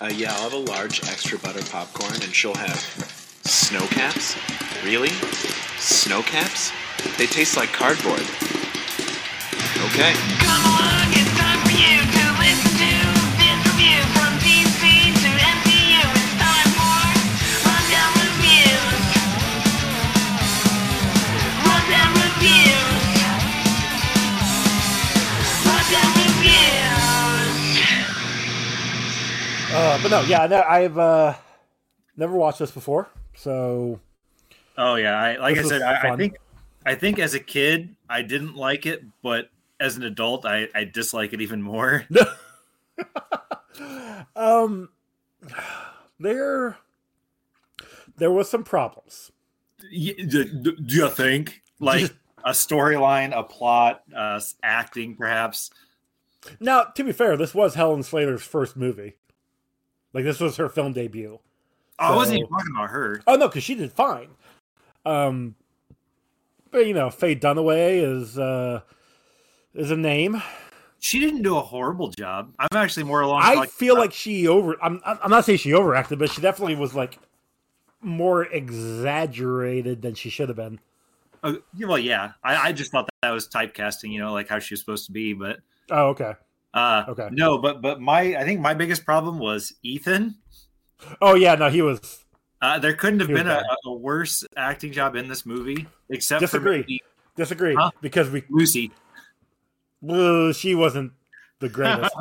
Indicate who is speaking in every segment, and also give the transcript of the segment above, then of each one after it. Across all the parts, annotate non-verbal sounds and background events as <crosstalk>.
Speaker 1: Uh, yeah, I'll have a large extra butter popcorn, and she'll have snow caps. Really? Snow caps? They taste like cardboard. Okay.
Speaker 2: Come along, it's time for you to listen to this review from DC to MCU. It's time for Rundown Reviews. Rundown Reviews. Rundown Reviews.
Speaker 3: Uh, but no, yeah, no, I've uh, never watched this before, so
Speaker 4: Oh yeah, I, like
Speaker 3: This
Speaker 4: I said,
Speaker 3: was
Speaker 4: I, I
Speaker 3: fun.
Speaker 4: think I think as a kid I didn't like it, but as an adult I, I dislike it
Speaker 3: <laughs>
Speaker 4: even more.
Speaker 3: um, there there was some problems.
Speaker 4: Y- d- d- Do you think like a storyline, a plot, uh, s- acting, perhaps?
Speaker 3: Now, to be fair, this was Helen Slater's first movie. Like this was her film debut.
Speaker 4: Oh, I wasn't
Speaker 3: So-
Speaker 4: even talking about her.
Speaker 3: Oh no, because she did fine. Um, but you know, Faye Dunaway is uh is a name.
Speaker 4: She didn't do a horrible job. I'm actually more along.
Speaker 3: I
Speaker 4: like, uh,
Speaker 3: feel like she over. I'm I'm I'm not saying she overacted, but she definitely was like more exaggerated than she should have been.
Speaker 4: uh, yeah, well, yeah. I, I just thought that was typecasting. You know, like how she was supposed to be, but
Speaker 3: Oh, okay.
Speaker 4: uh,
Speaker 3: Okay.
Speaker 4: no, but but my I think my biggest problem was Ethan.
Speaker 3: Oh yeah, no, he was.
Speaker 4: Uh, there couldn't have
Speaker 3: He was
Speaker 4: been a, a worse acting job in this movie, except
Speaker 3: Disagree.
Speaker 4: for maybe
Speaker 3: Disagree
Speaker 4: Huh?
Speaker 3: because we
Speaker 4: Lucy. <laughs>
Speaker 3: well, she wasn't the greatest.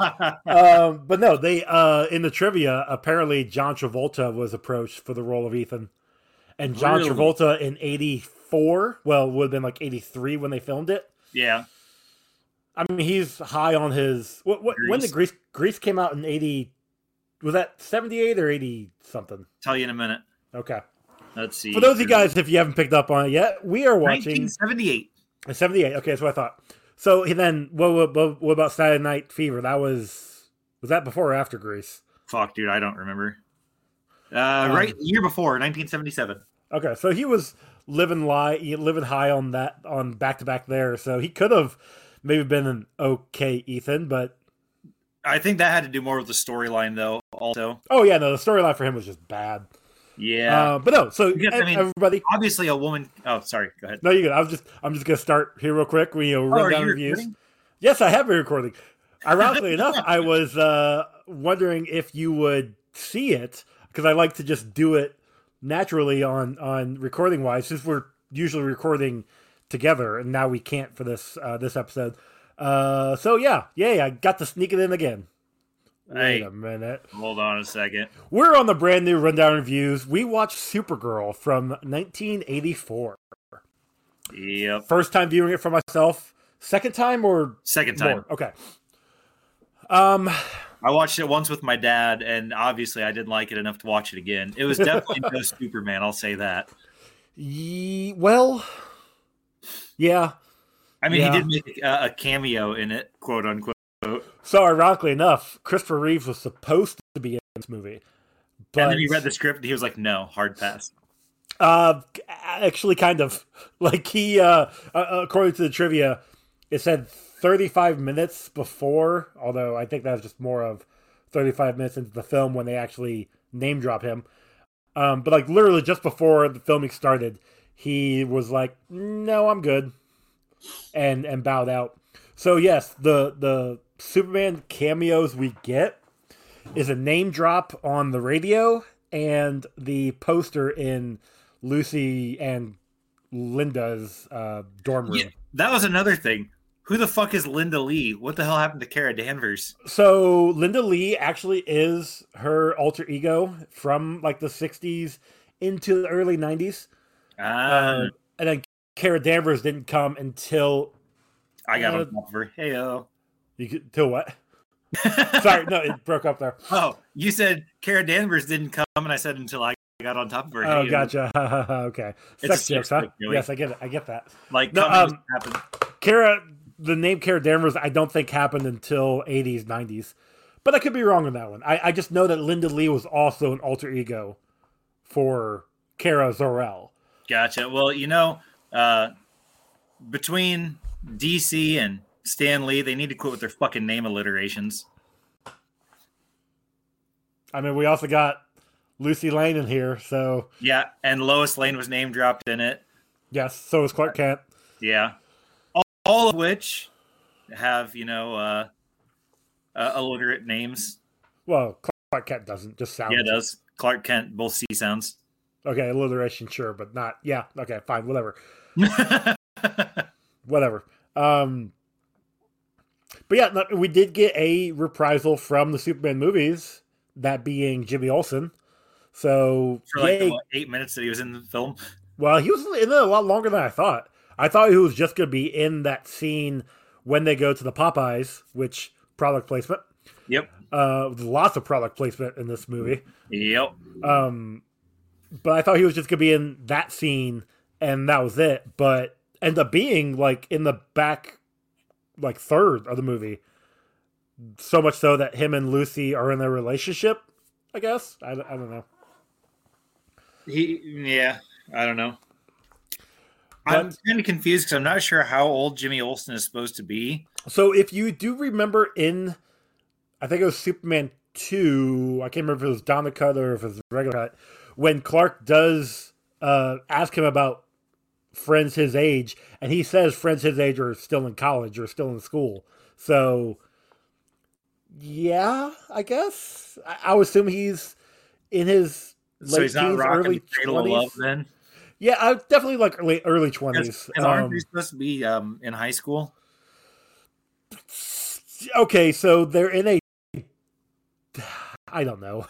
Speaker 4: oh,
Speaker 3: um, but no, they uh, in the trivia apparently John Travolta was approached for the role of Ethan, and John
Speaker 4: Really?
Speaker 3: Travolta in '84, well, would have been like '83 when they filmed it.
Speaker 4: yeah.
Speaker 3: I mean, he's high on his. What, what, when the Grease Grease came out in '80, was that '78 or '80 something?
Speaker 4: Tell you in a minute.
Speaker 3: Okay.
Speaker 4: Let's see.
Speaker 3: For those of you guys, if you haven't picked up on it yet, we are watching
Speaker 4: 1978.
Speaker 3: 78. Okay, that's what I thought. So he then, what, what, what, what about Saturday Night Fever? That was was that before or after Grease?
Speaker 4: Fuck, dude, I don't remember.
Speaker 3: Um,
Speaker 4: Uh, right, the year before 1977.
Speaker 3: Okay, so he was living lie living high on that on back to back there. So he could have maybe been an okay Ethan, but
Speaker 4: I think that had to do more with the storyline, though. Also,
Speaker 3: oh yeah, no, the storyline for him was just bad.
Speaker 4: yeah.
Speaker 3: Uh, but no, so
Speaker 4: Because, I
Speaker 3: ev-
Speaker 4: mean-
Speaker 3: everybody,
Speaker 4: Obviously, a woman. Oh, sorry. Go ahead.
Speaker 3: no, you're good. I was just I'm just gonna start here real quick. We you know,
Speaker 4: Oh,
Speaker 3: run
Speaker 4: are
Speaker 3: down
Speaker 4: you
Speaker 3: reviews.
Speaker 4: recording?
Speaker 3: Yes, I have been recording.
Speaker 4: <laughs>
Speaker 3: Ironically enough, I was uh, wondering if you would see it because I like to just do it naturally on on recording wise. Since we're usually recording together, and now we can't for this uh, this episode. Uh, so yeah, yeah, I got to sneak it in again. Wait
Speaker 4: Hey.
Speaker 3: a minute.
Speaker 4: Hold on a second.
Speaker 3: We're on the brand new rundown reviews. We watched Supergirl from 1984.
Speaker 4: Yep.
Speaker 3: First time viewing it for myself. Second time or
Speaker 4: Second time.
Speaker 3: more? Okay. Um.
Speaker 4: I watched it once with my dad, and obviously, I didn't like it enough to watch it again.
Speaker 3: <laughs>
Speaker 4: It was definitely no Superman. I'll say that.
Speaker 3: Ye- well, yeah.
Speaker 4: I mean,
Speaker 3: Yeah.
Speaker 4: he did make uh, a, a cameo in it, quote unquote.
Speaker 3: So ironically enough, Christopher Reeves was supposed to be in this movie, but
Speaker 4: and then he read the script, and he was like, "No, hard pass."
Speaker 3: uh, actually, kind of <laughs> like he, uh, uh, according to the trivia, it said 35 minutes before. Although I think that was just more of 35 minutes into the film when they actually name drop him. Um, but like literally just before the filming started, he was like, "No, I'm good," and and bowed out. So yes, the the Superman cameos we get is a name drop on the radio and the poster in Lucy and Linda's uh, dorm room.
Speaker 4: Yeah, that was another thing. Who the fuck is Linda Lee? What the hell happened to Kara Danvers?
Speaker 3: So Linda Lee actually is her alter ego from like the '60s into the early '90s,
Speaker 4: Ah,
Speaker 3: um, and then Kara Danvers didn't come until
Speaker 4: I got
Speaker 3: uh,
Speaker 4: on top of her. Hey, oh.
Speaker 3: you could- till
Speaker 4: <laughs>
Speaker 3: what? Sorry, no, it broke up there.
Speaker 4: Oh, you said Kara Danvers didn't come, and I said until I got on top of her.
Speaker 3: Oh,
Speaker 4: Hey-o.
Speaker 3: gotcha. <laughs> okay,
Speaker 4: It's
Speaker 3: sex
Speaker 4: a
Speaker 3: jokes,
Speaker 4: sex
Speaker 3: huh?
Speaker 4: joke, really.
Speaker 3: Yes, I get it. I get that.
Speaker 4: Like,
Speaker 3: No,
Speaker 4: coming
Speaker 3: um,
Speaker 4: just happened.
Speaker 3: Kara, the name Kara Danvers, I don't think happened until 80s, 90s. But I could be wrong on that one. I, I just know that Linda Lee was also an alter ego for Kara Zor-El.
Speaker 4: Gotcha. Well, you know, uh, between DC and Stan Lee, they need to quit with their fucking name alliterations.
Speaker 3: I mean, we also got Lucy Lane in here, so
Speaker 4: Yeah, and Lois Lane was name dropped in it.
Speaker 3: yes, so is Clark Kent.
Speaker 4: Yeah, all, all of which have you know uh, uh alliterate names.
Speaker 3: Well, Clark Kent doesn't just sound
Speaker 4: Yeah, it does Clark Kent both C sounds.
Speaker 3: okay. Alliteration, sure, but not yeah. Okay, fine,
Speaker 4: <laughs>
Speaker 3: whatever, whatever. Um, but yeah, no, we did get a reprisal from the Superman movies, that being Jimmy Olsen. So
Speaker 4: For like the,
Speaker 3: yay.
Speaker 4: what, eight minutes that he was in the film.
Speaker 3: Well, he was in it a lot longer than I thought. I thought he was just going to be in that scene when they go to the Popeyes, which product placement.
Speaker 4: Yep,
Speaker 3: Uh, lots of product placement in this movie.
Speaker 4: yep.
Speaker 3: Um, but I thought he was just going to be in that scene, and that was it. But end up being like in the back, like third of the movie. So much so that him and Lucy are in their relationship. I guess I, I don't know.
Speaker 4: He, yeah, I don't know. I'm
Speaker 3: But-
Speaker 4: kind of confused because I'm not sure how old Jimmy Olsen is supposed to be.
Speaker 3: So if you do remember in, I think it was Superman two. I can't remember if it was Don the Cut or if it was regular cut. When Clark does uh, ask him about friends his age, and he says friends his age are still in college or still in school. So, yeah, I guess I, I would assume he's in his late
Speaker 4: so he's not
Speaker 3: teens,
Speaker 4: rocking
Speaker 3: early
Speaker 4: the Cradle of Love
Speaker 3: twenties.
Speaker 4: then.
Speaker 3: Yeah, I would definitely like early early
Speaker 4: Because
Speaker 3: twenties. Um,
Speaker 4: aren't they supposed to be um, in high school?
Speaker 3: okay, so they're in a. I don't know.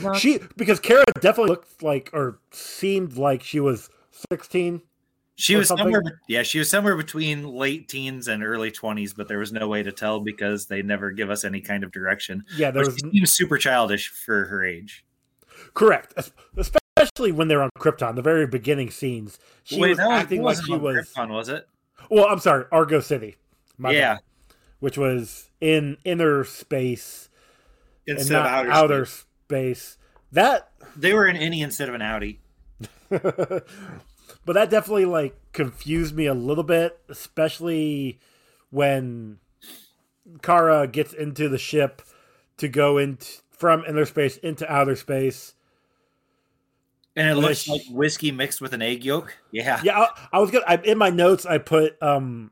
Speaker 4: Not-
Speaker 3: She because Kara definitely looked like or seemed like she was sixteen.
Speaker 4: She
Speaker 3: or
Speaker 4: was
Speaker 3: something?
Speaker 4: somewhere, be- yeah, she was somewhere between late teens and early twenties, but there was no way to tell because they never give us any kind of direction.
Speaker 3: Yeah, there
Speaker 4: But
Speaker 3: was
Speaker 4: she seems super childish for her age.
Speaker 3: correct, es- especially when they're on Krypton. The very beginning scenes, she
Speaker 4: Wait,
Speaker 3: was
Speaker 4: that was-
Speaker 3: acting
Speaker 4: that
Speaker 3: like
Speaker 4: wasn't
Speaker 3: she
Speaker 4: on
Speaker 3: was.
Speaker 4: Krypton, was it?
Speaker 3: Well, I'm sorry, Argo City. My
Speaker 4: yeah,
Speaker 3: bad, which was in inner space and
Speaker 4: instead
Speaker 3: not
Speaker 4: of outer,
Speaker 3: outer,
Speaker 4: space.
Speaker 3: space. That
Speaker 4: They were an innie instead of an outie.
Speaker 3: <laughs> but that definitely like confused me a little bit, especially when Kara gets into the ship to go in from inner space into outer space.
Speaker 4: And it looks
Speaker 3: Wish.
Speaker 4: like whiskey mixed with an egg yolk. Yeah.
Speaker 3: Yeah, I, I was gonna. I, in my notes, I put, um,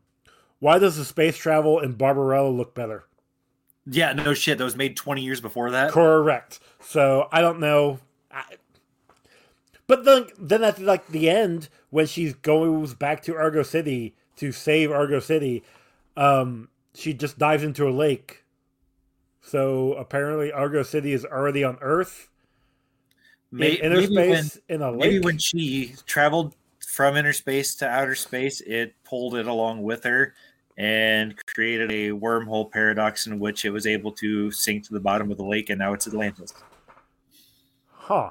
Speaker 3: "Why does the space travel in Barbarella look better?"
Speaker 4: Yeah, no shit. That was made 20 years before that.
Speaker 3: Correct. So I don't know. I, but then, then at like the end, when she goes back to Argo City to save Argo City, um, she just dives into a lake. So apparently, Argo City is already on Earth
Speaker 4: May-
Speaker 3: in inner
Speaker 4: maybe when-
Speaker 3: space in a lake.
Speaker 4: Maybe when she traveled from inner space to outer space, it pulled it along with her and created a wormhole paradox in which it was able to sink to the bottom of the lake, and now it's Atlantis.
Speaker 3: Huh.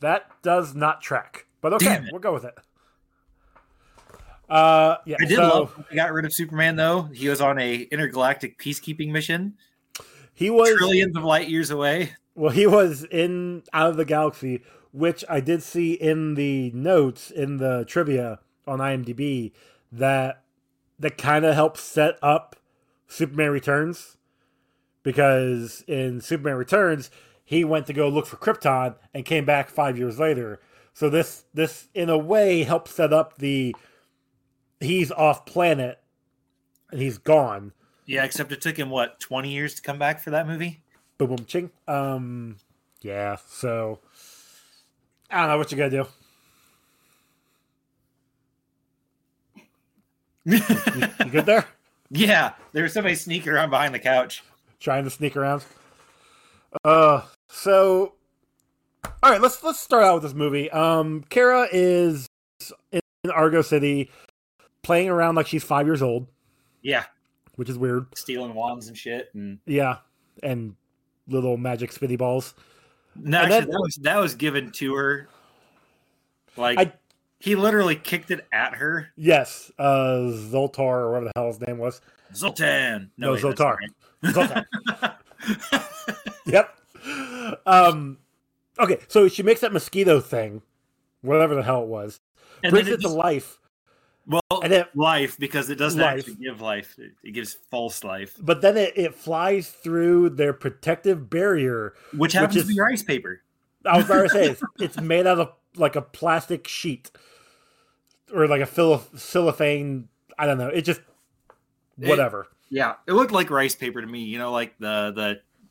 Speaker 3: That does not track. But okay,
Speaker 4: Damn it.
Speaker 3: we'll go with it. Uh, yeah.
Speaker 4: I did
Speaker 3: so
Speaker 4: love when they got rid of Superman though. He was on a intergalactic peacekeeping mission,
Speaker 3: he was
Speaker 4: trillions of light years away.
Speaker 3: Well, he was in Out of the Galaxy, which I did see in the notes in the trivia on IMDb that that kind of helped set up Superman Returns because in Superman Returns he went to go look for Krypton and came back 5 years later. So this this in a way helped set up the he's off planet and he's gone.
Speaker 4: Yeah, except it took him what twenty years to come back for that movie.
Speaker 3: boom boom ching. Um yeah, so I don't know what you gotta do. You good there?
Speaker 4: yeah, there was somebody sneaking around behind the couch.
Speaker 3: Trying to sneak around. Uh so all right, let's let's start out with this movie. Um Kara is in Argo City playing around like she's five years old,
Speaker 4: Yeah,
Speaker 3: which is weird.
Speaker 4: stealing wands and shit. And
Speaker 3: Yeah. And little magic spinny balls.
Speaker 4: no,
Speaker 3: And
Speaker 4: actually,
Speaker 3: then-
Speaker 4: that was that was given to her. Like
Speaker 3: I
Speaker 4: he literally kicked it at her.
Speaker 3: yes, uh Zoltar or whatever the hell his name was.
Speaker 4: Zoltan.
Speaker 3: No,
Speaker 4: wait, that's
Speaker 3: Zoltar.
Speaker 4: not right.
Speaker 3: Zoltan.
Speaker 4: <laughs>
Speaker 3: yep. Um, okay, so she makes that mosquito thing, whatever the hell it was,
Speaker 4: And
Speaker 3: brings
Speaker 4: then
Speaker 3: it to
Speaker 4: it just,
Speaker 3: life.
Speaker 4: well, Well,
Speaker 3: and it
Speaker 4: life because it doesn't
Speaker 3: Life.
Speaker 4: actually give life; it, it gives false life,
Speaker 3: but then it, it flies through their protective barrier.
Speaker 4: which happens
Speaker 3: is-
Speaker 4: to be rice paper.
Speaker 3: I was about to
Speaker 4: <laughs>
Speaker 3: say it's, it's made out of like a plastic sheet or like a philo- cellophane. I don't know. It just
Speaker 4: It-
Speaker 3: whatever.
Speaker 4: Yeah, it looked like rice paper to me. You know, like the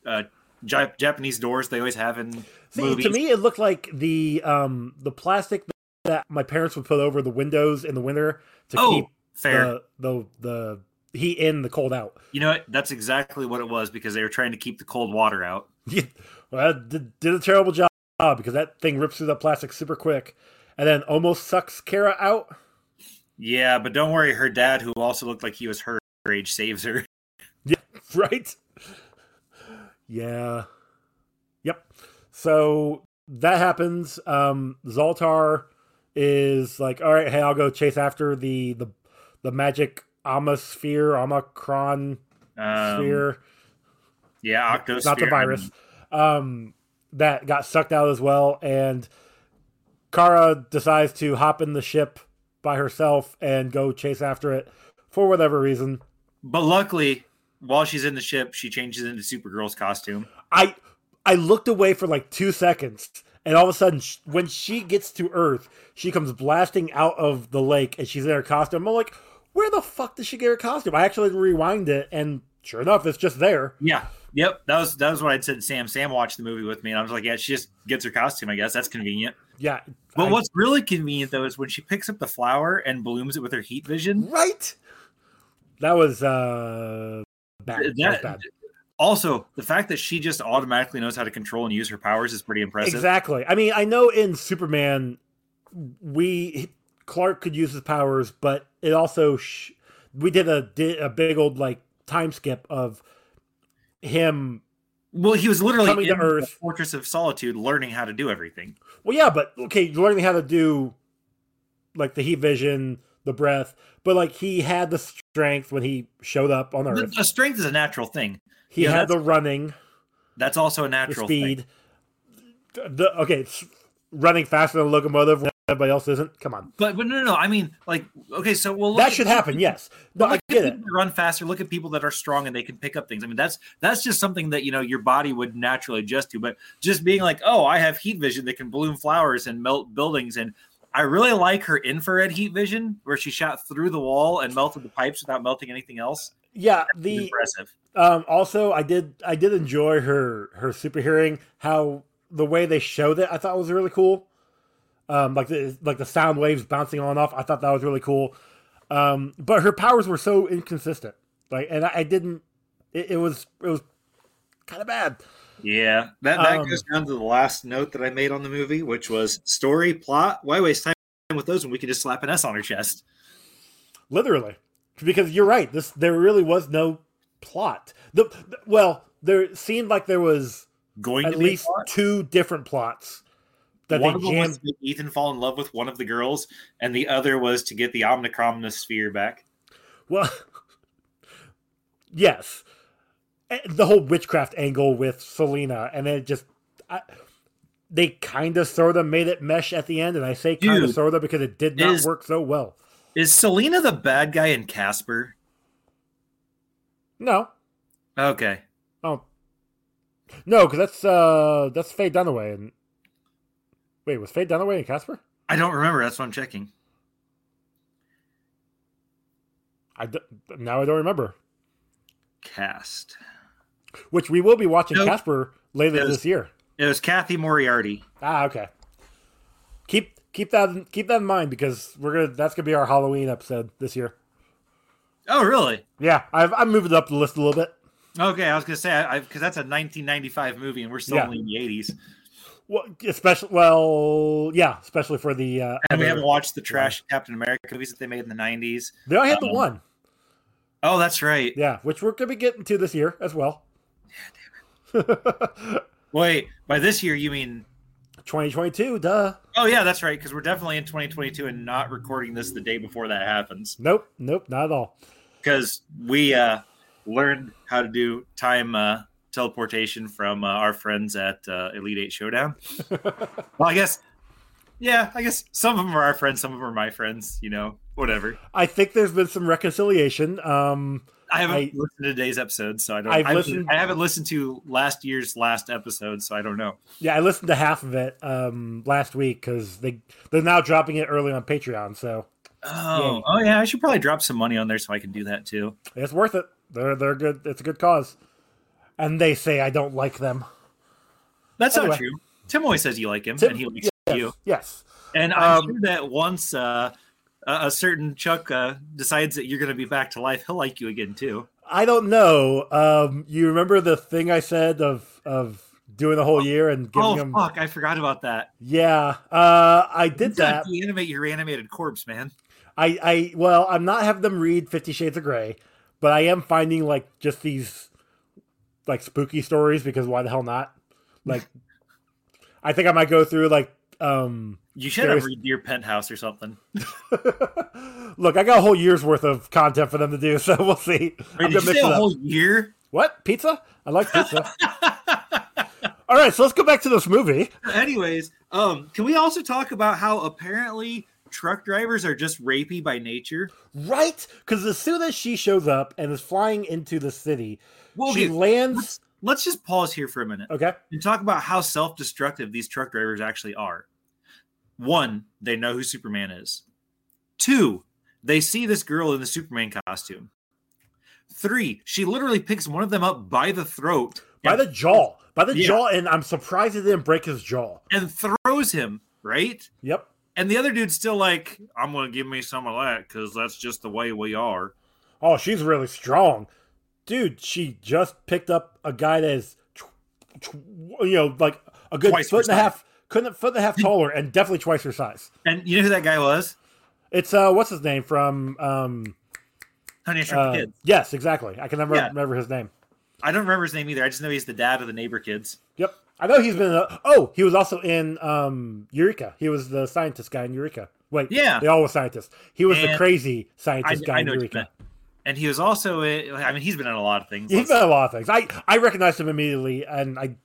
Speaker 4: the uh, ja- Japanese doors they always have in
Speaker 3: See,
Speaker 4: movies.
Speaker 3: to me, it looked like the um the plastic that my parents would put over the windows in the winter to
Speaker 4: oh,
Speaker 3: keep
Speaker 4: fair.
Speaker 3: the the the heat in, the cold out. <laughs>
Speaker 4: You know, what? that's exactly what it was because they were trying to keep the cold water out.
Speaker 3: Yeah, well, that did, did a terrible job because that thing rips through that plastic super quick, and then almost sucks Kara out. <laughs>
Speaker 4: Yeah, but don't worry, her dad, who also looked like he was her age, saves her.
Speaker 3: Right? Yeah. Yep. So that happens. Um, Zoltar is like, all right, hey, I'll go chase after the the the magic Amasphere, Omicron
Speaker 4: Um,
Speaker 3: sphere.
Speaker 4: Yeah, octosphere.
Speaker 3: not the virus um, that got sucked out as well and kara decides to hop in the ship by herself and go chase after it for whatever reason
Speaker 4: But luckily, while she's in the ship, she changes into Supergirl's costume.
Speaker 3: i i looked away for like two seconds and all of a sudden sh- when she gets to earth she comes blasting out of the lake and she's in her costume i'm like where the fuck did she get her costume i actually rewind it and sure enough it's just there
Speaker 4: Yeah. Yep. That was that was what I'd said to Sam. Sam watched the movie with me, and I was like, yeah, she just gets her costume. I guess that's convenient.
Speaker 3: yeah
Speaker 4: But
Speaker 3: I-
Speaker 4: what's really convenient though is when she picks up the flower and blooms it with her heat vision.
Speaker 3: right that was uh bad. that was
Speaker 4: That-
Speaker 3: bad
Speaker 4: Also, the fact that she just automatically knows how to control and use her powers is pretty impressive.
Speaker 3: Exactly. I mean, I know in Superman, we Clark could use his powers, but it also sh- we did a did a big old like time skip of him.
Speaker 4: Well, he was literally
Speaker 3: Coming to
Speaker 4: in
Speaker 3: Earth.
Speaker 4: the Fortress of Solitude, learning how to do everything.
Speaker 3: Well, yeah, but okay, you're learning how to do like the heat vision, the breath, but like he had the strength when he showed up on
Speaker 4: The-
Speaker 3: Earth.
Speaker 4: the strength is a natural thing.
Speaker 3: He
Speaker 4: yeah,
Speaker 3: had the running,
Speaker 4: That's also a
Speaker 3: the
Speaker 4: natural thing.
Speaker 3: speed. The okay, it's running faster than a locomotive when everybody else isn't. Come on,
Speaker 4: But but no, no, no. I mean, like, okay, so well, look
Speaker 3: that
Speaker 4: at-
Speaker 3: should happen. Yes, no,
Speaker 4: Look
Speaker 3: I
Speaker 4: at
Speaker 3: get it.
Speaker 4: people that Run faster. Look at people that are strong and they can pick up things. I mean, that's that's just something that you know your body would naturally adjust to. But just being like, oh, I have heat vision that can bloom flowers and melt buildings, and I really like her infrared heat vision where she shot through the wall and melted the pipes without melting anything else.
Speaker 3: Yeah,
Speaker 4: It's
Speaker 3: the
Speaker 4: impressive.
Speaker 3: Um, also, I did I did enjoy her her super hearing. How the way they showed it, I thought was really cool. Um, like the like the sound waves bouncing on and off, I thought that was really cool. Um, but her powers were so inconsistent. Like, and I, I didn't. It, it was it was kind of bad.
Speaker 4: Yeah, that, that
Speaker 3: Um,
Speaker 4: goes down to the last note that I made on the movie, which was story, plot. Why waste time with those when we can just slap an S on her chest?
Speaker 3: literally because you're right this there really was no plot the, the- well there seemed like there was
Speaker 4: Going
Speaker 3: at
Speaker 4: to be a
Speaker 3: least
Speaker 4: plot?
Speaker 3: two different plots that
Speaker 4: one of
Speaker 3: they
Speaker 4: them
Speaker 3: jammed
Speaker 4: was to make Ethan fall in love with one of the girls, and the other was to get the Omnicromnus sphere back.
Speaker 3: Well, <laughs> yes, Eh, the whole witchcraft angle with Selena, and then it just I, they kind of sort of made it mesh at the end, and I say kind of
Speaker 4: Dude,
Speaker 3: sort of because it did not
Speaker 4: is-
Speaker 3: work so well.
Speaker 4: Is Selena the bad guy in Casper?
Speaker 3: No,
Speaker 4: Okay.
Speaker 3: oh, no, because that's uh that's Faye Dunaway and wait, was Faye Dunaway and Casper?
Speaker 4: I don't remember. That's what I'm checking.
Speaker 3: I d- now I don't remember.
Speaker 4: Cast.
Speaker 3: Which we will be watching
Speaker 4: Nope.
Speaker 3: Casper later
Speaker 4: Yes.
Speaker 3: this year.
Speaker 4: It was Kathy Moriarty.
Speaker 3: Ah, okay. Keep keep that keep that in mind because we're gonna that's gonna be our Halloween episode this year.
Speaker 4: Oh, really?
Speaker 3: Yeah, I've I'm moving up the list a little bit.
Speaker 4: Okay, I was gonna say I because that's a 1995 movie, and we're still
Speaker 3: Yeah.
Speaker 4: only in the 80s, and
Speaker 3: Well, especially well, yeah, especially for the. Uh,
Speaker 4: we
Speaker 3: other-
Speaker 4: haven't watched the trash Captain America movies that they made in the 90s.
Speaker 3: They only had the
Speaker 4: um,
Speaker 3: one,
Speaker 4: Oh, that's right.
Speaker 3: yeah, which we're gonna be getting to this year as well.
Speaker 4: Wait, by this year you mean?
Speaker 3: 2022, duh.
Speaker 4: Oh, yeah, that's right. Because we're definitely in 2022 and not recording this the day before that happens.
Speaker 3: Nope, nope, not at all.
Speaker 4: because we uh, learned how to do time uh, teleportation from uh, our friends at uh, Elite Eight Showdown.
Speaker 3: <laughs>
Speaker 4: well, I guess, yeah, I guess some of them are our friends, some of them are my friends. You know, Whatever.
Speaker 3: I think there's been some reconciliation. Um,
Speaker 4: I haven't
Speaker 3: I-
Speaker 4: listened to today's episode, so I don't.
Speaker 3: I've
Speaker 4: I've
Speaker 3: listened-
Speaker 4: I haven't listened to last year's last episode, so I don't know.
Speaker 3: yeah, I listened to half of it um, last week because they they're now dropping it early on Patreon, so
Speaker 4: Oh, oh yeah, I should probably drop some money on there so I can do that too.
Speaker 3: it's worth it. They're they're good. It's a good cause. And they say I don't like them.
Speaker 4: That's
Speaker 3: Anyway.
Speaker 4: not true. Tim always says you like him,
Speaker 3: Oh, Tim-
Speaker 4: and he likes you.
Speaker 3: Yes.
Speaker 4: And I'm
Speaker 3: Um,
Speaker 4: sure that once uh, a, a certain Chuck uh, decides that you're going to be back to life, he'll like you again too.
Speaker 3: I don't know. Um, you remember the thing I said of of doing the whole year and giving
Speaker 4: Oh
Speaker 3: them?
Speaker 4: fuck, I forgot about that.
Speaker 3: Yeah, uh, I
Speaker 4: You
Speaker 3: did that.
Speaker 4: gotta Deanimate your animated corpse, man.
Speaker 3: I I well, I'm not having them read Fifty Shades of Grey, but I am finding like just these like spooky stories because why the hell not? Like, I think I might go through like um <laughs>
Speaker 4: You should have
Speaker 3: Seriously.
Speaker 4: read Deer Penthouse or something.
Speaker 3: look, I got a whole year's worth of content for them to do, <laughs> so we'll see.
Speaker 4: Wait,
Speaker 3: I'm gonna
Speaker 4: did you
Speaker 3: mix
Speaker 4: say
Speaker 3: it
Speaker 4: a
Speaker 3: up.
Speaker 4: whole year?
Speaker 3: What pizza? I like
Speaker 4: <laughs>
Speaker 3: pizza. <laughs> All right, so let's go back to this movie.
Speaker 4: Anyways, um, can we also talk about how apparently truck drivers are just rapey by nature?
Speaker 3: Right? Because as soon as she shows up and is flying into the city,
Speaker 4: Well,
Speaker 3: she
Speaker 4: okay,
Speaker 3: lands.
Speaker 4: let's just pause here for a minute
Speaker 3: Okay.
Speaker 4: and talk about how self-destructive these truck drivers actually are. One, they know who Superman is. Two, they see this girl in the Superman costume. Three, she literally picks one of them up by the throat
Speaker 3: By the jaw. By the
Speaker 4: Yeah.
Speaker 3: jaw. And I'm surprised it didn't break his jaw.
Speaker 4: and throws him, right?
Speaker 3: Yep.
Speaker 4: And the other dude's still like, I'm going to give me some of that because that's just the way we are.
Speaker 3: Oh, she's really strong. Dude, she just picked up a guy that is, tw- tw- you know, like a good
Speaker 4: Twice her
Speaker 3: foot and a
Speaker 4: size.
Speaker 3: half, couldn't foot and a half taller and definitely twice her size.
Speaker 4: And you know who that guy was?
Speaker 3: It's, uh, what's his name from, um,
Speaker 4: Honey, I Shrunk
Speaker 3: uh,
Speaker 4: the Kids.
Speaker 3: yes, exactly. I can never
Speaker 4: Yeah.
Speaker 3: remember his name.
Speaker 4: I don't remember his name either. I just know he's the dad of the neighbor kids.
Speaker 3: Yep. I know he's been. In a, oh, he was also in um, Eureka. He was the scientist guy in Eureka. Wait,
Speaker 4: Yeah.
Speaker 3: they all were scientists. He was the
Speaker 4: And-
Speaker 3: crazy
Speaker 4: I,
Speaker 3: scientist guy
Speaker 4: I
Speaker 3: in
Speaker 4: know what you
Speaker 3: Eureka.
Speaker 4: meant. And he was also, in, I mean, he's been in a lot of things.
Speaker 3: He's been in a lot of things. I I recognized him immediately, and I
Speaker 4: and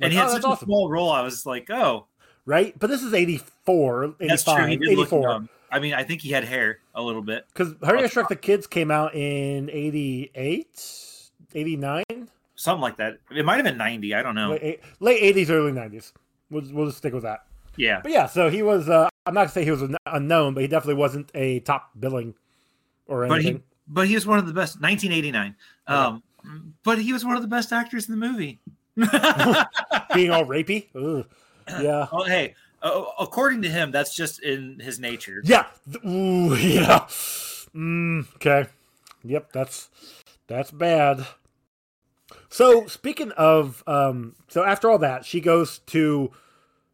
Speaker 3: like,
Speaker 4: he had
Speaker 3: oh,
Speaker 4: such
Speaker 3: that's
Speaker 4: a
Speaker 3: awesome,
Speaker 4: small role. I was like, oh,
Speaker 3: right? But this is 84,
Speaker 4: that's true. He
Speaker 3: 85,
Speaker 4: did look
Speaker 3: 84.
Speaker 4: dumb. I mean, I think he had hair a little bit.
Speaker 3: Because Hurry I Shrunk the Kids came out in 88, 89,
Speaker 4: Something like that. It might have been 90. I don't know.
Speaker 3: late, eight- late 80s, early 90s. We'll, we'll just stick with that.
Speaker 4: yeah.
Speaker 3: But yeah, so he was. Uh, I'm not gonna say he was an unknown, but he definitely wasn't a top billing or
Speaker 4: But
Speaker 3: anything.
Speaker 4: he, but he was one of the best, 1989. Um, But he was one of the best actors in the movie.
Speaker 3: being all rapey. Ugh. Yeah.
Speaker 4: Oh, hey, uh, according to him, that's just in his nature.
Speaker 3: Yeah. Th- Ooh, <laughs> yeah. Mm, okay. Yep, that's that's bad. So speaking of um so after all that, she goes to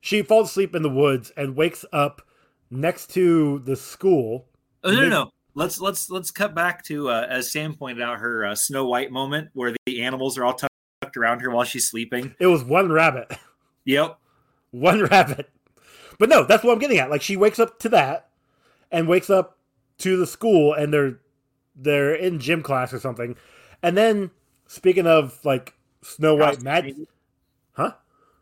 Speaker 3: she falls asleep in the woods and wakes up next to the school.
Speaker 4: Oh, no, no,
Speaker 3: Maybe-
Speaker 4: no. Let's let's let's cut back to uh, as Sam pointed out her uh, Snow White moment where the animals are all tucked around her while she's sleeping.
Speaker 3: It was one rabbit. <laughs>
Speaker 4: Yep.
Speaker 3: one rabbit. But no, that's what I'm getting at. Like she wakes up to that and wakes up to the school and they're they're in gym class or something. And then speaking of like Snow White
Speaker 4: Costume
Speaker 3: magic,
Speaker 4: changes.
Speaker 3: Huh?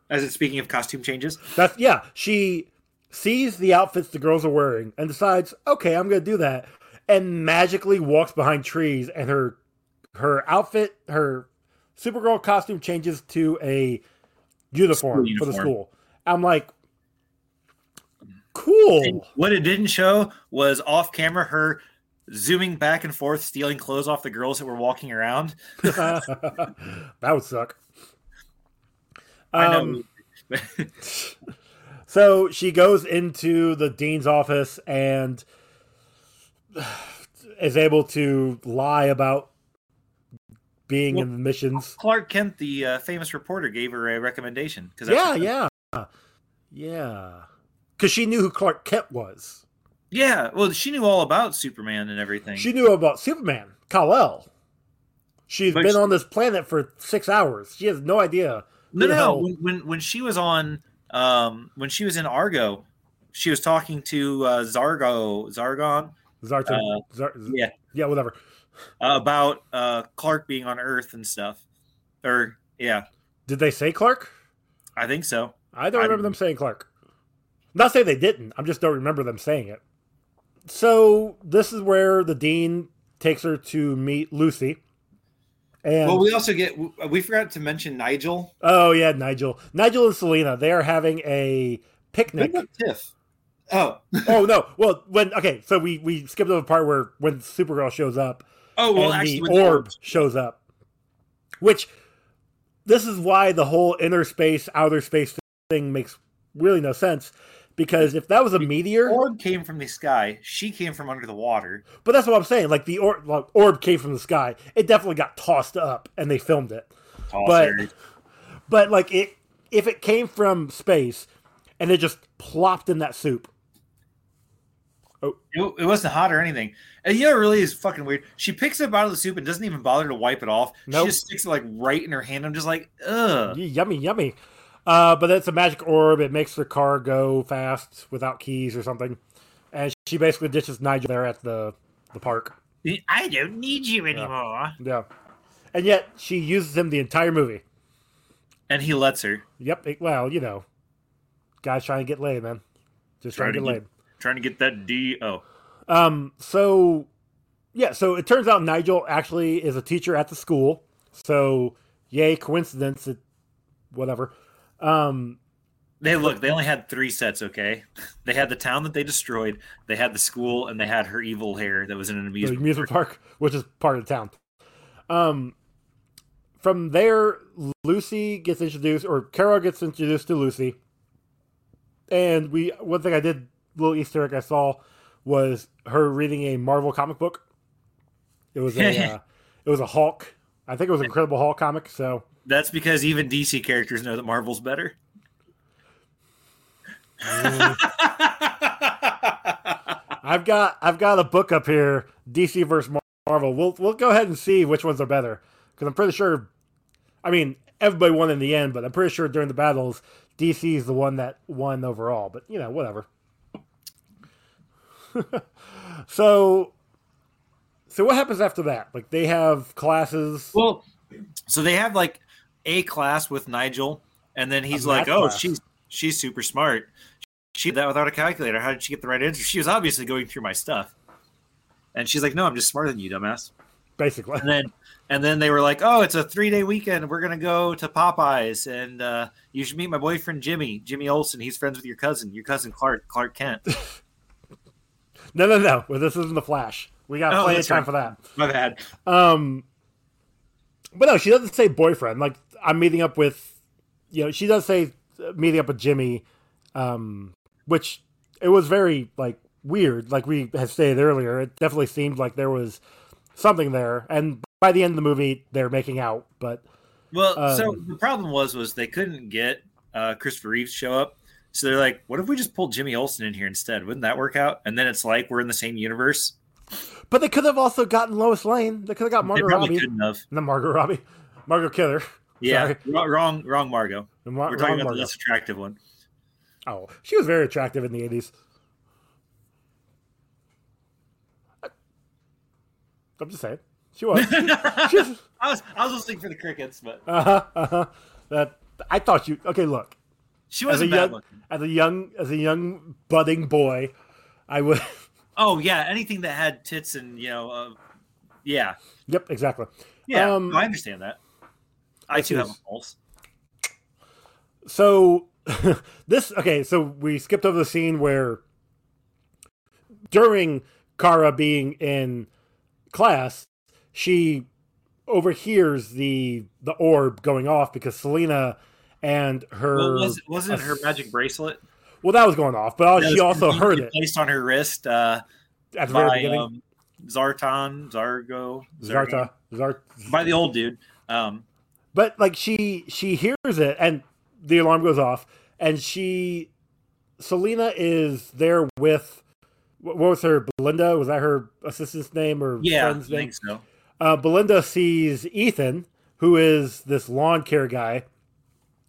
Speaker 4: As it speaking of costume changes,
Speaker 3: that's yeah, she sees the outfits the girls are wearing and decides, "Okay, I'm going to do that." And magically walks behind trees and her her outfit, her Supergirl costume changes to a uniform,
Speaker 4: School
Speaker 3: for the
Speaker 4: uniform.
Speaker 3: school. I'm like, cool.
Speaker 4: And what it didn't show was off camera her zooming back and forth, stealing clothes off the girls that were walking around.
Speaker 3: <laughs> that would suck.
Speaker 4: I know.
Speaker 3: Um, So she goes into the dean's office and <sighs> is able to lie about being in the missions.
Speaker 4: Clark Kent, the uh, famous reporter, gave her a recommendation because
Speaker 3: Yeah, yeah, yeah. Because she knew who Clark Kent was.
Speaker 4: yeah. Well, she knew all about Superman and everything.
Speaker 3: She knew about Superman, Kal El. She's
Speaker 4: But
Speaker 3: been
Speaker 4: she-
Speaker 3: on this planet for six hours. She has no idea.
Speaker 4: No,
Speaker 3: who the
Speaker 4: no, no.
Speaker 3: hell-
Speaker 4: When, when when she was on, um, when she was in Argo, she was talking to uh, Zargo, Zargon,
Speaker 3: Zartan.
Speaker 4: Uh,
Speaker 3: Zar-
Speaker 4: yeah.
Speaker 3: yeah, whatever.
Speaker 4: uh, about uh, Clark being on Earth and stuff. Or yeah,
Speaker 3: Did they say Clark?
Speaker 4: I think so.
Speaker 3: I don't
Speaker 4: I
Speaker 3: remember them saying Clark. Not saying they didn't. I'm just don't remember them saying it. so this is where the dean takes her to meet Lucy. And
Speaker 4: Well, we also get we forgot to mention Nigel.
Speaker 3: oh yeah, Nigel, Nigel and Selena, they are having a
Speaker 4: What
Speaker 3: picnic.
Speaker 4: about Tiff? Oh,
Speaker 3: <laughs> oh no, well when okay, so we we skipped over the part where when Supergirl shows up
Speaker 4: oh well,
Speaker 3: and
Speaker 4: actually,
Speaker 3: the
Speaker 4: with the
Speaker 3: orb
Speaker 4: orbs.
Speaker 3: shows up, which this is why the whole inner space outer space thing makes really no sense because if that was a meteor,
Speaker 4: orb came from the sky. She came from under the water.
Speaker 3: But that's what I'm saying. Like the or- like, orb came from the sky. It definitely got tossed up, and they filmed it. But-
Speaker 4: Tossers.
Speaker 3: But like it, if it came from space, and it just plopped in that soup.
Speaker 4: It, it wasn't hot or anything. And you know, what really is fucking weird. She picks it up out of the soup and doesn't even bother to wipe it off.
Speaker 3: Nope.
Speaker 4: She just sticks it like right in her hand. I'm just like, ugh.
Speaker 3: Y- yummy, yummy. Uh, but it's a magic orb. It makes the car go fast without keys or something. And she basically ditches Nigel there at the the park.
Speaker 4: I don't need you anymore.
Speaker 3: Yeah. And yet she uses him the entire movie.
Speaker 4: And he lets her,
Speaker 3: Yep. it- well, you know, guys trying to get laid, man. Just trying to get laid.
Speaker 4: trying to get that D. Oh,
Speaker 3: Um, so yeah, so it turns out Nigel actually is a teacher at the school. So yay, coincidence, it, whatever. Um,
Speaker 4: they look. They only had three sets. Okay, they had the town that they destroyed. They had the school, and they had her evil hair that was in an
Speaker 3: the
Speaker 4: amusement.
Speaker 3: amusement park, which is part of the town. Um, from there, Lucy gets introduced, or Carol gets introduced to Lucy. And we, one thing I did, little Easter egg I saw was her reading a Marvel comic book. It was a, uh, it was a Hulk. I think it was an Incredible Hulk comic. So
Speaker 4: That's because even DC characters know that Marvel's better.
Speaker 3: I've got I've got a book up here, DC versus Mar- Marvel. We'll we'll go ahead and see which ones are better because I'm pretty sure. I mean, everybody won in the end, but I'm pretty sure during the battles, DC is the one that won overall. But you know, whatever. <laughs> so, so what happens after that? Like they have classes.
Speaker 4: Well, so they have like a class with Nigel, and then he's
Speaker 3: A
Speaker 4: like,
Speaker 3: math
Speaker 4: "Oh,
Speaker 3: class.
Speaker 4: she's she's super smart. She did that without a calculator. How did she get the right answer? She was obviously going through my stuff." And she's like, "No, I'm just smarter than you, dumbass."
Speaker 3: basically,
Speaker 4: And then and then they were like, "Oh, it's a three day weekend. We're gonna go to Popeyes, and uh, you should meet my boyfriend Jimmy, Jimmy Olson. He's friends with your cousin, your cousin Clark, Clark Kent."
Speaker 3: <laughs> no, no, no. Well, this isn't the Flash. We got
Speaker 4: Oh,
Speaker 3: plenty of
Speaker 4: that's
Speaker 3: time
Speaker 4: right.
Speaker 3: for that.
Speaker 4: my bad.
Speaker 3: Um, but no, she doesn't say boyfriend. Like I'm meeting up with, you know, she does say uh, meeting up with Jimmy, um, which it was very like weird. Like we had stated earlier, it definitely seemed like there was something there. And by the end of the movie, they're making out. But
Speaker 4: Well, so
Speaker 3: Um,
Speaker 4: the problem was was they couldn't get uh, Christopher Reeves to show up, so they're like, "What if we just pulled Jimmy Olsen in here instead? Wouldn't that work out?" And then it's like we're in the same universe.
Speaker 3: but they could have also gotten Lois Lane. They could have got
Speaker 4: they
Speaker 3: Margot
Speaker 4: probably
Speaker 3: Robbie.
Speaker 4: couldn't have.
Speaker 3: Not Margot Robbie, Margot <laughs> Killer.
Speaker 4: Yeah,
Speaker 3: Sorry.
Speaker 4: wrong, wrong, wrong, Margo.
Speaker 3: Mar-
Speaker 4: We're talking
Speaker 3: wrong
Speaker 4: about
Speaker 3: Margot.
Speaker 4: the less
Speaker 3: <laughs>
Speaker 4: attractive one. <laughs>
Speaker 3: Oh, she was very attractive in the eighties. I'm just saying, she was.
Speaker 4: <laughs>
Speaker 3: she was
Speaker 4: I was, I was listening for the crickets, but
Speaker 3: uh-huh, uh-huh. That I thought you. Okay, look.
Speaker 4: she
Speaker 3: As a
Speaker 4: wasn't bad.
Speaker 3: young,
Speaker 4: looking.
Speaker 3: as a young, as a young budding boy, I would. <laughs>
Speaker 4: Oh yeah, anything that had tits and you know, uh, yeah,
Speaker 3: yep, exactly.
Speaker 4: yeah.
Speaker 3: Um,
Speaker 4: no, I understand that. I too have a
Speaker 3: is-
Speaker 4: pulse.
Speaker 3: So <laughs> this okay, so we skipped over the scene where during Kara being in class, she overhears the the orb going off because Selena and her
Speaker 4: Well,
Speaker 3: well,
Speaker 4: was, wasn't it her magic bracelet?
Speaker 3: that was going off, but
Speaker 4: that
Speaker 3: Oh, she
Speaker 4: was
Speaker 3: also heard it
Speaker 4: placed on her wrist. Uh,
Speaker 3: at the very
Speaker 4: by
Speaker 3: beginning.
Speaker 4: um, Zartan, Zargo,
Speaker 3: Zarta, Zart,
Speaker 4: by the old dude. Um,
Speaker 3: but like she she hears it and the alarm goes off and she selena is there with what what was her belinda was that her assistant's name or
Speaker 4: yeah, I
Speaker 3: friend's name
Speaker 4: think so.
Speaker 3: uh, belinda sees ethan who is this lawn care guy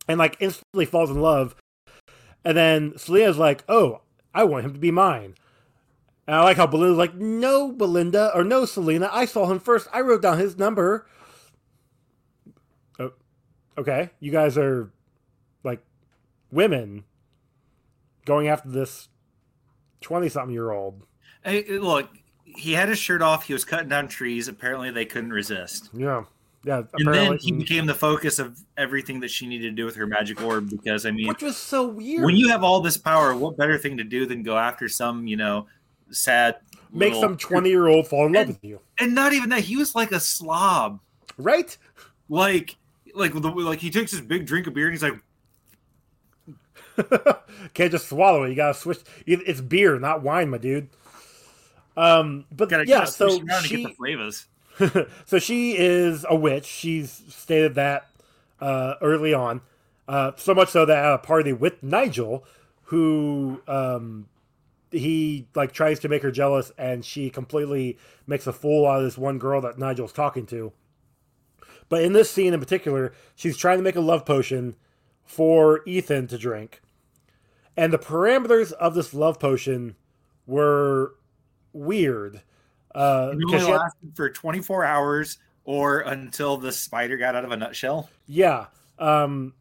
Speaker 3: and like instantly falls in love and then selena's like oh i want him to be mine and i like how belinda's like no belinda or no selena i saw him first i wrote down his number Oh, okay, you guys are like women going after this 20 something year old.
Speaker 4: Hey, look, he had his shirt off. He was cutting down trees. Apparently, they couldn't resist.
Speaker 3: Yeah. Yeah.
Speaker 4: And then
Speaker 3: Apparently.
Speaker 4: he became the focus of everything that she needed to do with her magic orb. Because I mean,
Speaker 3: which was so weird.
Speaker 4: when you have all this power, what better thing to do than go after some, you know, sad
Speaker 3: Make
Speaker 4: little-
Speaker 3: some 20 year old fall in love with you.
Speaker 4: and not even that. He was like a slob.
Speaker 3: Right? <laughs>
Speaker 4: Like, like, the, like he takes this big drink of beer and he's like,
Speaker 3: Can't just swallow it. You gotta switch. it- It's beer, not wine, my dude. Um, but
Speaker 4: gotta
Speaker 3: yeah,
Speaker 4: gotta
Speaker 3: so
Speaker 4: switch around to get
Speaker 3: she,
Speaker 4: the flavors.
Speaker 3: <laughs> so she is a witch. She's stated that uh, early on, uh, so much so that at a party with Nigel, who um, he like tries to make her jealous, and she completely makes a fool out of this one girl that Nigel's talking to. But in this scene in particular, she's trying to make a love potion for Ethan to drink, and the parameters of this love potion were weird. Uh,
Speaker 4: It
Speaker 3: because
Speaker 4: only
Speaker 3: she had-
Speaker 4: lasted for 24 hours or until the spider got out of a nutshell.
Speaker 3: Yeah. Um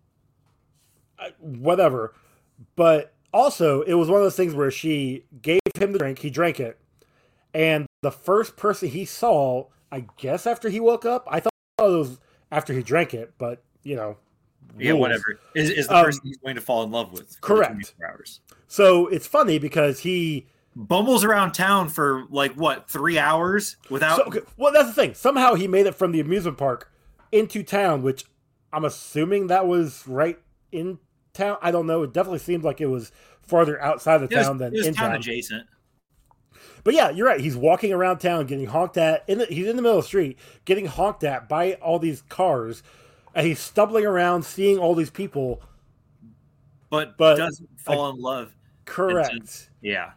Speaker 3: I- whatever. But also, it was one of those things where she gave him the drink, he drank it. And the first person he saw, I guess after he woke up, I thought it was after he drank it, but you know.
Speaker 4: Yeah,
Speaker 3: rules.
Speaker 4: whatever. Is, is the
Speaker 3: Um,
Speaker 4: person he's going to fall in love with. for
Speaker 3: correct.
Speaker 4: 24 Hours.
Speaker 3: So it's funny because he
Speaker 4: Bumbles around town for like what three hours without.
Speaker 3: so, okay, well that's the thing. Somehow he made it from the amusement park into town, which I'm assuming that was right in town. I don't know. It definitely seemed like it was farther outside of
Speaker 4: it was,
Speaker 3: town than
Speaker 4: it was
Speaker 3: in
Speaker 4: town,
Speaker 3: town.
Speaker 4: adjacent.
Speaker 3: But yeah, you're right. He's walking around town getting honked at. In the, he's in the middle of the street getting honked at by all these cars, and he's stumbling around seeing all these people.
Speaker 4: But,
Speaker 3: But-
Speaker 4: doesn't fall in love.
Speaker 3: Correct.
Speaker 4: Yeah.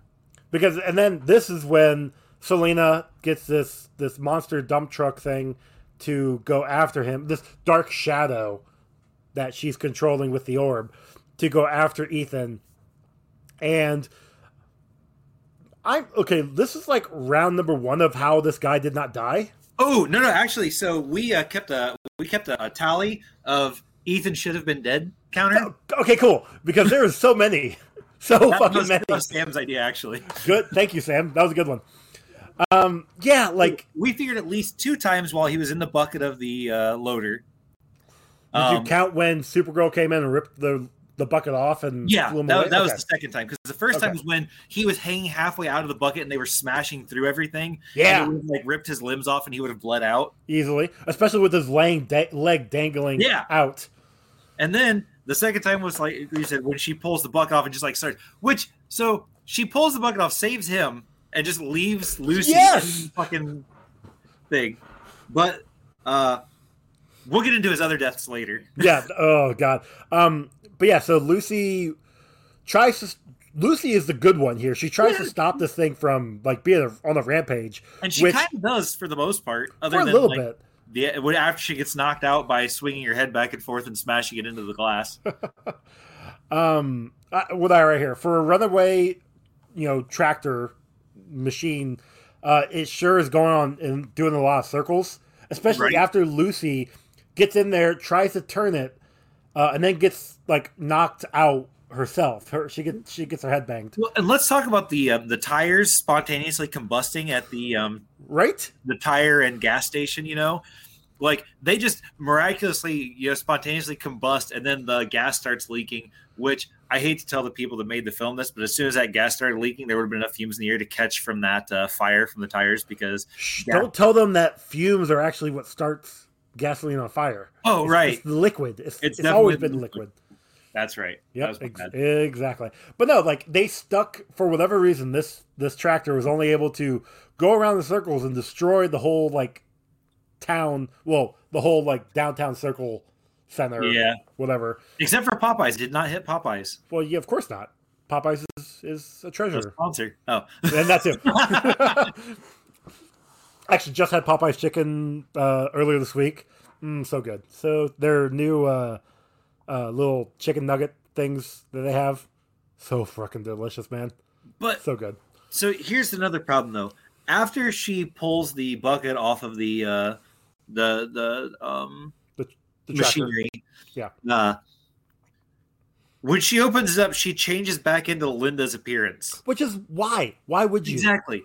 Speaker 3: Because and then this is when Selena gets this this monster dump truck thing to go after him. This dark shadow that she's controlling with the orb to go after Ethan. And I'm okay. This is like round number one of how this guy did not die.
Speaker 4: Oh no no actually so we uh, kept a we kept a, tally of Ethan should have been dead counter.
Speaker 3: Okay, cool. Because there was so many, <laughs> so
Speaker 4: That
Speaker 3: fucking
Speaker 4: was,
Speaker 3: many.
Speaker 4: that was Sam's idea actually.
Speaker 3: Good. Thank you, Sam. That was a good one. Um, yeah, like
Speaker 4: we figured at least two times while he was in the bucket of the uh, loader.
Speaker 3: did you
Speaker 4: Um,
Speaker 3: count when Supergirl came in and ripped the the bucket off and
Speaker 4: Yeah,
Speaker 3: flew him away?
Speaker 4: that, that was
Speaker 3: Okay.
Speaker 4: the second time because the first time
Speaker 3: Okay.
Speaker 4: was when he was hanging halfway out of the bucket and they were smashing through everything.
Speaker 3: Yeah.
Speaker 4: and it would have, like ripped his limbs off and he would have bled out.
Speaker 3: easily, especially with his laying da- leg dangling
Speaker 4: Yeah.
Speaker 3: out.
Speaker 4: And then the second time was like you said when she pulls the bucket off and just like starts. Which so she pulls the bucket off, saves him, and just leaves Lucy
Speaker 3: Yes!
Speaker 4: in the fucking thing. But uh we'll get into his other deaths later. <laughs>
Speaker 3: Yeah. oh God. Um. But yeah. So Lucy tries to. Lucy is the good one here. She tries to stop this thing from like being a, on a rampage,
Speaker 4: And she
Speaker 3: which
Speaker 4: kind of does for the most part, other
Speaker 3: for a
Speaker 4: than
Speaker 3: little
Speaker 4: like,
Speaker 3: bit.
Speaker 4: The, when- after she gets knocked out by swinging her head back and forth and smashing it into
Speaker 3: <laughs>
Speaker 4: the glass.
Speaker 3: um I, what I right here for a runaway, you know, tractor machine, uh, it sure is going on and doing a lot of circles, especially
Speaker 4: Right.
Speaker 3: after Lucy gets in there, tries to turn it, uh, and then gets like knocked out herself. Her she gets she gets her head banged.
Speaker 4: Well, and let's talk about the um, the tires spontaneously combusting at the um,
Speaker 3: Right?
Speaker 4: the tire and gas station. You know, like they just miraculously you know spontaneously combust, and then the gas starts leaking. Which I hate to tell the people that made the film this, but as soon as that gas started leaking, there would have been enough fumes in the air to catch from that uh, fire from the tires because
Speaker 3: Shh,
Speaker 4: Yeah.
Speaker 3: Don't tell them that fumes are actually what starts gasoline on fire.
Speaker 4: oh
Speaker 3: It's-
Speaker 4: right,
Speaker 3: It's the liquid. It's,
Speaker 4: It's
Speaker 3: it's, always
Speaker 4: definitely
Speaker 3: been
Speaker 4: liquid.
Speaker 3: liquid.
Speaker 4: that's right. That
Speaker 3: Yep,
Speaker 4: was my
Speaker 3: ex-
Speaker 4: bad.
Speaker 3: exactly. But no, like they stuck for whatever reason. This this tractor was only able to go around the circles and destroy the whole like town. Well, the whole like downtown circle center.
Speaker 4: Yeah.
Speaker 3: whatever.
Speaker 4: Except for Popeyes, did not hit Popeyes.
Speaker 3: Well, yeah, of course not. Popeyes is, is a
Speaker 4: The
Speaker 3: treasure,
Speaker 4: sponsor. Oh, <laughs>
Speaker 3: and that's it. <laughs> Actually, just had Popeyes chicken uh, earlier this week. Mm, so good. So their new uh, uh, little chicken nugget things that they have, so fucking delicious, man.
Speaker 4: but
Speaker 3: So good.
Speaker 4: So here's another problem though. After she pulls the bucket off of the uh the the um
Speaker 3: The tractor.
Speaker 4: machinery.
Speaker 3: Yeah.
Speaker 4: Uh when she opens it up, she changes back into Linda's appearance.
Speaker 3: Which is why? Why would you?
Speaker 4: Exactly.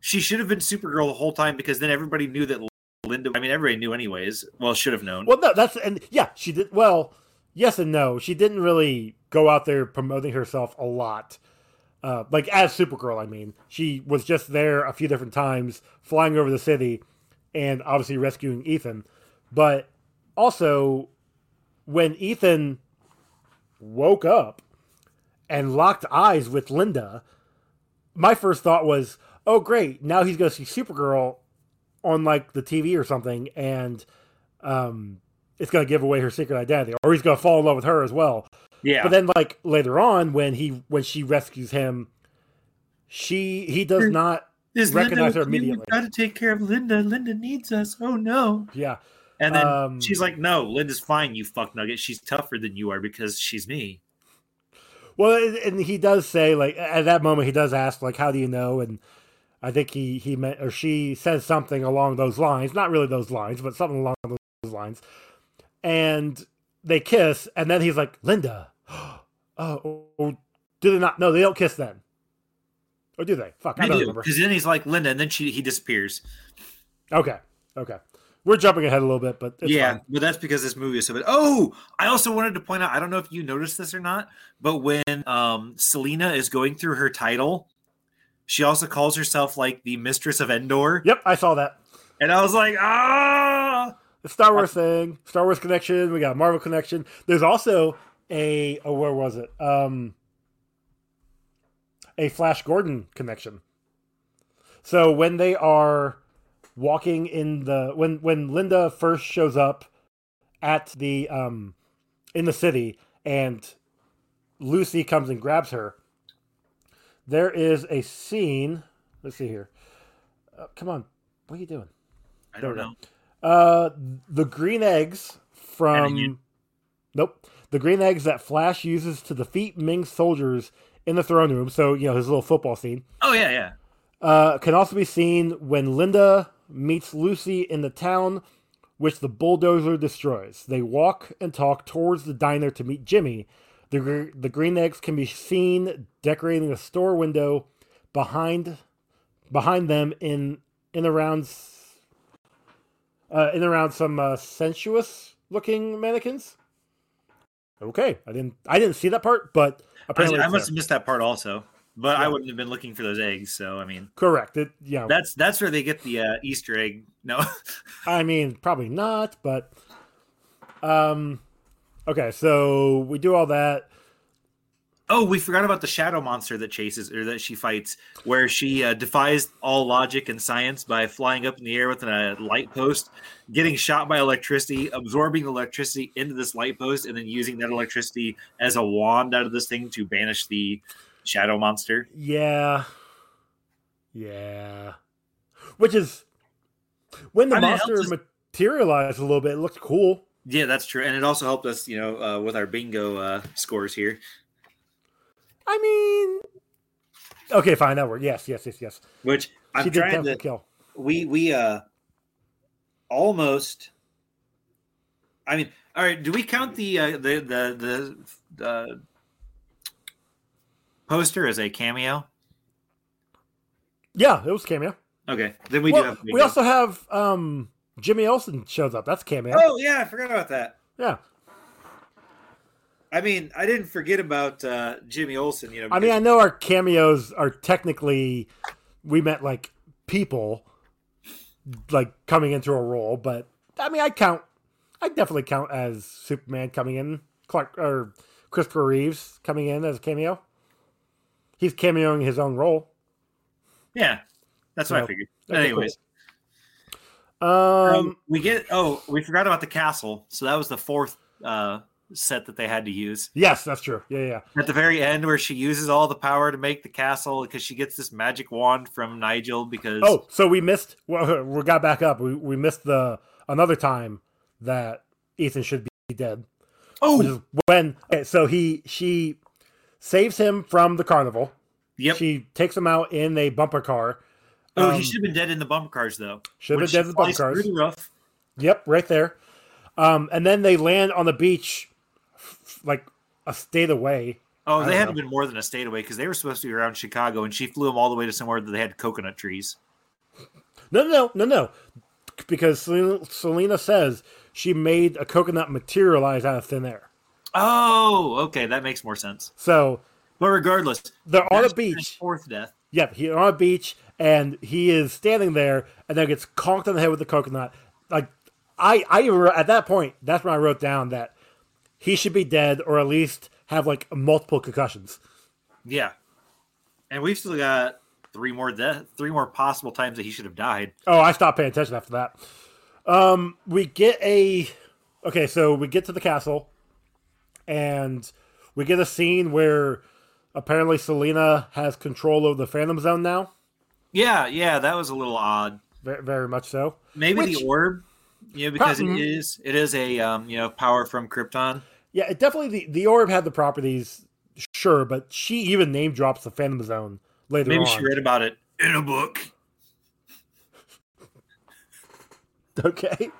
Speaker 4: she should have been Supergirl the whole time because then everybody knew that Linda. I mean, everybody knew anyways. Well, should have known.
Speaker 3: Well, no, that's and yeah, she did well. Yes and no. She didn't really go out there promoting herself a lot. Uh, like as Supergirl, I mean, she was just there a few different times, flying over the city, and obviously rescuing Ethan. But also, when Ethan woke up and locked eyes with Linda, my first thought was, "Oh, great! Now he's going to see Supergirl on like the TV or something, and um, it's going to give away her secret identity, or he's going to fall in love with her as well."
Speaker 4: yeah,
Speaker 3: But then, like later on, when he when she rescues him, she he does
Speaker 4: Sure.
Speaker 3: not.
Speaker 4: Is
Speaker 3: recognize her
Speaker 4: with me?
Speaker 3: immediately.
Speaker 4: We've got to take care of Linda. Linda needs us. Oh no!
Speaker 3: Yeah,
Speaker 4: And then
Speaker 3: Um,
Speaker 4: she's like, "No, Linda's fine. You fuck nugget. She's tougher than you are because she's me."
Speaker 3: Well, and- and he does say like at that moment he does ask like how do you know and I think he he meant or she says something along those lines, not really those lines, but something along those lines. And they kiss and then he's like, "Linda. <gasps> Oh, oh, do they not? No, they don't kiss then. Or do they? Fuck, I
Speaker 4: I
Speaker 3: don't
Speaker 4: do
Speaker 3: remember.
Speaker 4: because then he's like Linda, and then she he disappears.
Speaker 3: Okay. Okay. We're jumping ahead a little bit, but it's
Speaker 4: yeah,
Speaker 3: fine.
Speaker 4: but that's because this movie is so bad. Oh, I also wanted to point out. I don't know if you noticed this or not, but when um, Selena is going through her title, she also calls herself like the Mistress of Endor,
Speaker 3: Yep, I saw that.
Speaker 4: and I was like, ah.
Speaker 3: the Star Wars thing, Star Wars connection. We got Marvel connection. There's also a oh, where was it? Um, a Flash Gordon connection. So when they are walking in the when when Linda first shows up at the um in the city and Lucy comes and grabs her, there is a scene. Let's see here. Uh, come on, what are you doing?
Speaker 4: I don't
Speaker 3: There we
Speaker 4: know.
Speaker 3: Uh, the green eggs
Speaker 4: And you-
Speaker 3: from. Nope. The green eggs that Flash uses to defeat Ming soldiers in the throne room. So, you know, his little football scene.
Speaker 4: Oh yeah, yeah.
Speaker 3: Uh, can also be seen when Linda meets Lucy in the town, which the bulldozer destroys. They walk and talk towards the diner to meet Jimmy. The, gr- the green eggs can be seen decorating a store window behind behind them in in around s- uh, in around some uh, sensuous looking mannequins. Okay, I didn't I didn't see that part, but
Speaker 4: I,
Speaker 3: apparently
Speaker 4: I
Speaker 3: it's
Speaker 4: must
Speaker 3: there.
Speaker 4: have missed that part also, but I wouldn't have been looking for those eggs. So I mean,
Speaker 3: correct. It, yeah,
Speaker 4: that's that's where they get the uh, Easter egg. No, <laughs>
Speaker 3: I mean, probably not, but um okay, so we do all that.
Speaker 4: oh, we forgot about the shadow monster that chases or that she fights, where she uh, defies all logic and science by flying up in the air with a light post, getting shot by electricity, absorbing electricity into this light post, and then using that electricity as a wand out of this thing to banish the shadow monster.
Speaker 3: Yeah. Yeah. Which is when the
Speaker 4: I mean, it
Speaker 3: monster
Speaker 4: helps us-
Speaker 3: materialized a little bit, it looked cool.
Speaker 4: Yeah, that's true, and it also helped us, you know, uh, with our bingo uh, scores here.
Speaker 3: I mean Okay, fine, that worked. Yes, yes, yes, yes.
Speaker 4: Which I'm
Speaker 3: she did
Speaker 4: trying
Speaker 3: definitely
Speaker 4: to
Speaker 3: kill.
Speaker 4: we we uh almost i mean all right do we count the uh, the the the uh, poster as a cameo
Speaker 3: Yeah, it was a cameo.
Speaker 4: okay then we
Speaker 3: Well,
Speaker 4: do have
Speaker 3: we also have um Jimmy Olsen shows up. That's a cameo.
Speaker 4: oh yeah i forgot about that
Speaker 3: Yeah.
Speaker 4: i mean i didn't forget about uh jimmy olsen you know
Speaker 3: I mean, I
Speaker 4: because-
Speaker 3: know our cameos are technically we meant like people like coming into a role, but I mean, I count. I definitely count as Superman coming in, Clark or Christopher Reeves coming in as a cameo. He's cameoing his own role.
Speaker 4: yeah that's what i
Speaker 3: No.
Speaker 4: figured but
Speaker 3: Okay, cool.
Speaker 4: anyways
Speaker 3: Um,
Speaker 4: um, we get oh we forgot about the castle so that was the fourth uh set that they had to use
Speaker 3: yes, that's true. Yeah, yeah.
Speaker 4: at the very end where she uses all the power to make the castle because she gets this magic wand from Nigel because
Speaker 3: Oh, so we missed. Well, <laughs> we got back up. We we missed the another time that Ethan should be dead. which is when okay, so he she saves him from the carnival.
Speaker 4: yep.
Speaker 3: She takes him out in a bumper car.
Speaker 4: oh,
Speaker 3: um,
Speaker 4: he should have been dead in the bump cars though.
Speaker 3: Should
Speaker 4: When
Speaker 3: have
Speaker 4: she
Speaker 3: been dead in the bump
Speaker 4: flies through
Speaker 3: cars.
Speaker 4: the roof.
Speaker 3: Yep, right there. Um, and then they land on the beach, f- like a state away.
Speaker 4: Oh,
Speaker 3: I
Speaker 4: they
Speaker 3: don't
Speaker 4: haven't
Speaker 3: know.
Speaker 4: been more than a state away because they were supposed to be around Chicago, and she flew them all the way to somewhere that they had coconut trees.
Speaker 3: No, no, no, no, no. Because Selena, Selena says she made a coconut materialize out of thin air.
Speaker 4: Oh, okay, that makes more sense.
Speaker 3: So
Speaker 4: But regardless,
Speaker 3: they're on a
Speaker 4: that's his
Speaker 3: beach.
Speaker 4: Fourth death.
Speaker 3: Yep, he's on a beach, and he is standing there, and then gets conked on the head with a coconut. Like, I, I even wrote- at that point, that's when I wrote down that he should be dead, or at least have like multiple concussions.
Speaker 4: Yeah, and we've still got three more death, three more possible times that he should have died.
Speaker 3: Oh, I stopped paying attention after that. Um, we get a okay, so we get to the castle, and we get a scene where apparently Selena has control over the Phantom Zone now.
Speaker 4: Yeah, yeah, that was a little odd.
Speaker 3: Very, very much so.
Speaker 4: Maybe
Speaker 3: Which-
Speaker 4: the orb, you know, because
Speaker 3: Mhm.
Speaker 4: it is it is a um, you know power from Krypton.
Speaker 3: Yeah, it definitely the, the orb had the properties, sure, but she even name drops the Phantom Zone later
Speaker 4: Maybe
Speaker 3: on.
Speaker 4: she read about it in a book.
Speaker 3: <laughs> Okay.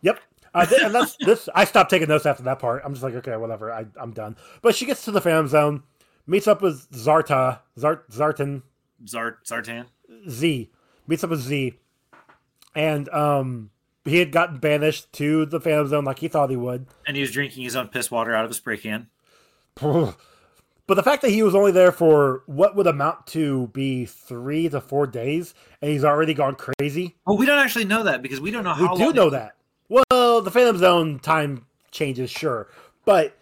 Speaker 3: Yep. Uh, th- and that's this. I stopped taking notes after that part. I'm just like, okay, whatever. I, I'm done. But she gets to the Phantom Zone, meets up with Zarta, Zart, Zartan,
Speaker 4: Zart Zartan.
Speaker 3: Z, meets up with Z, and um, he had gotten banished to the Phantom Zone like he thought he would.
Speaker 4: And he was drinking his own piss water out of a spray can.
Speaker 3: but the fact that he was only there for what would amount to be three to four days, and he's already gone crazy.
Speaker 4: Well, we don't actually know that because we don't know
Speaker 3: We
Speaker 4: how
Speaker 3: do
Speaker 4: long
Speaker 3: know that. Well, the Phantom Zone time changes, sure, but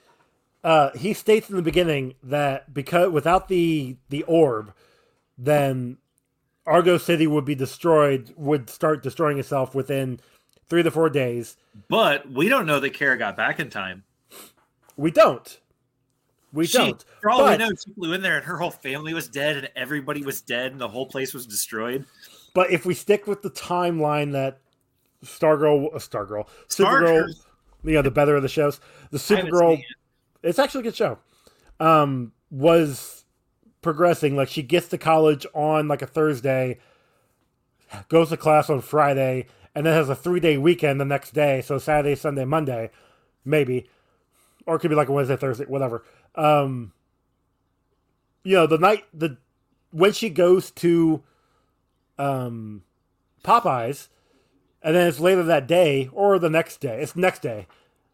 Speaker 3: uh, he states in the beginning that because without the the orb, then Argo City would be destroyed, would start destroying itself within three to four days.
Speaker 4: But we don't know that Kara got back in time.
Speaker 3: We don't. We
Speaker 4: She-
Speaker 3: don't.
Speaker 4: For all
Speaker 3: But-
Speaker 4: we know, she flew in there and her whole family was dead and everybody was dead and the whole place was destroyed.
Speaker 3: But if we stick with the timeline that Stargirl, uh, Stargirl, Supergirl,
Speaker 4: Stargirl.
Speaker 3: you know, the better of the shows, the
Speaker 4: I haven't seen
Speaker 3: Supergirl,
Speaker 4: it.
Speaker 3: it's actually a good show, um, was progressing. Like she gets to college on like a Thursday, goes to class on Friday, and then has a three day weekend the next day. So Saturday, Sunday, Monday, maybe, or it could be like a Wednesday, Thursday, whatever. Um, you know, the night the when she goes to um, Popeyes, and then it's later that day or the next day. It's next day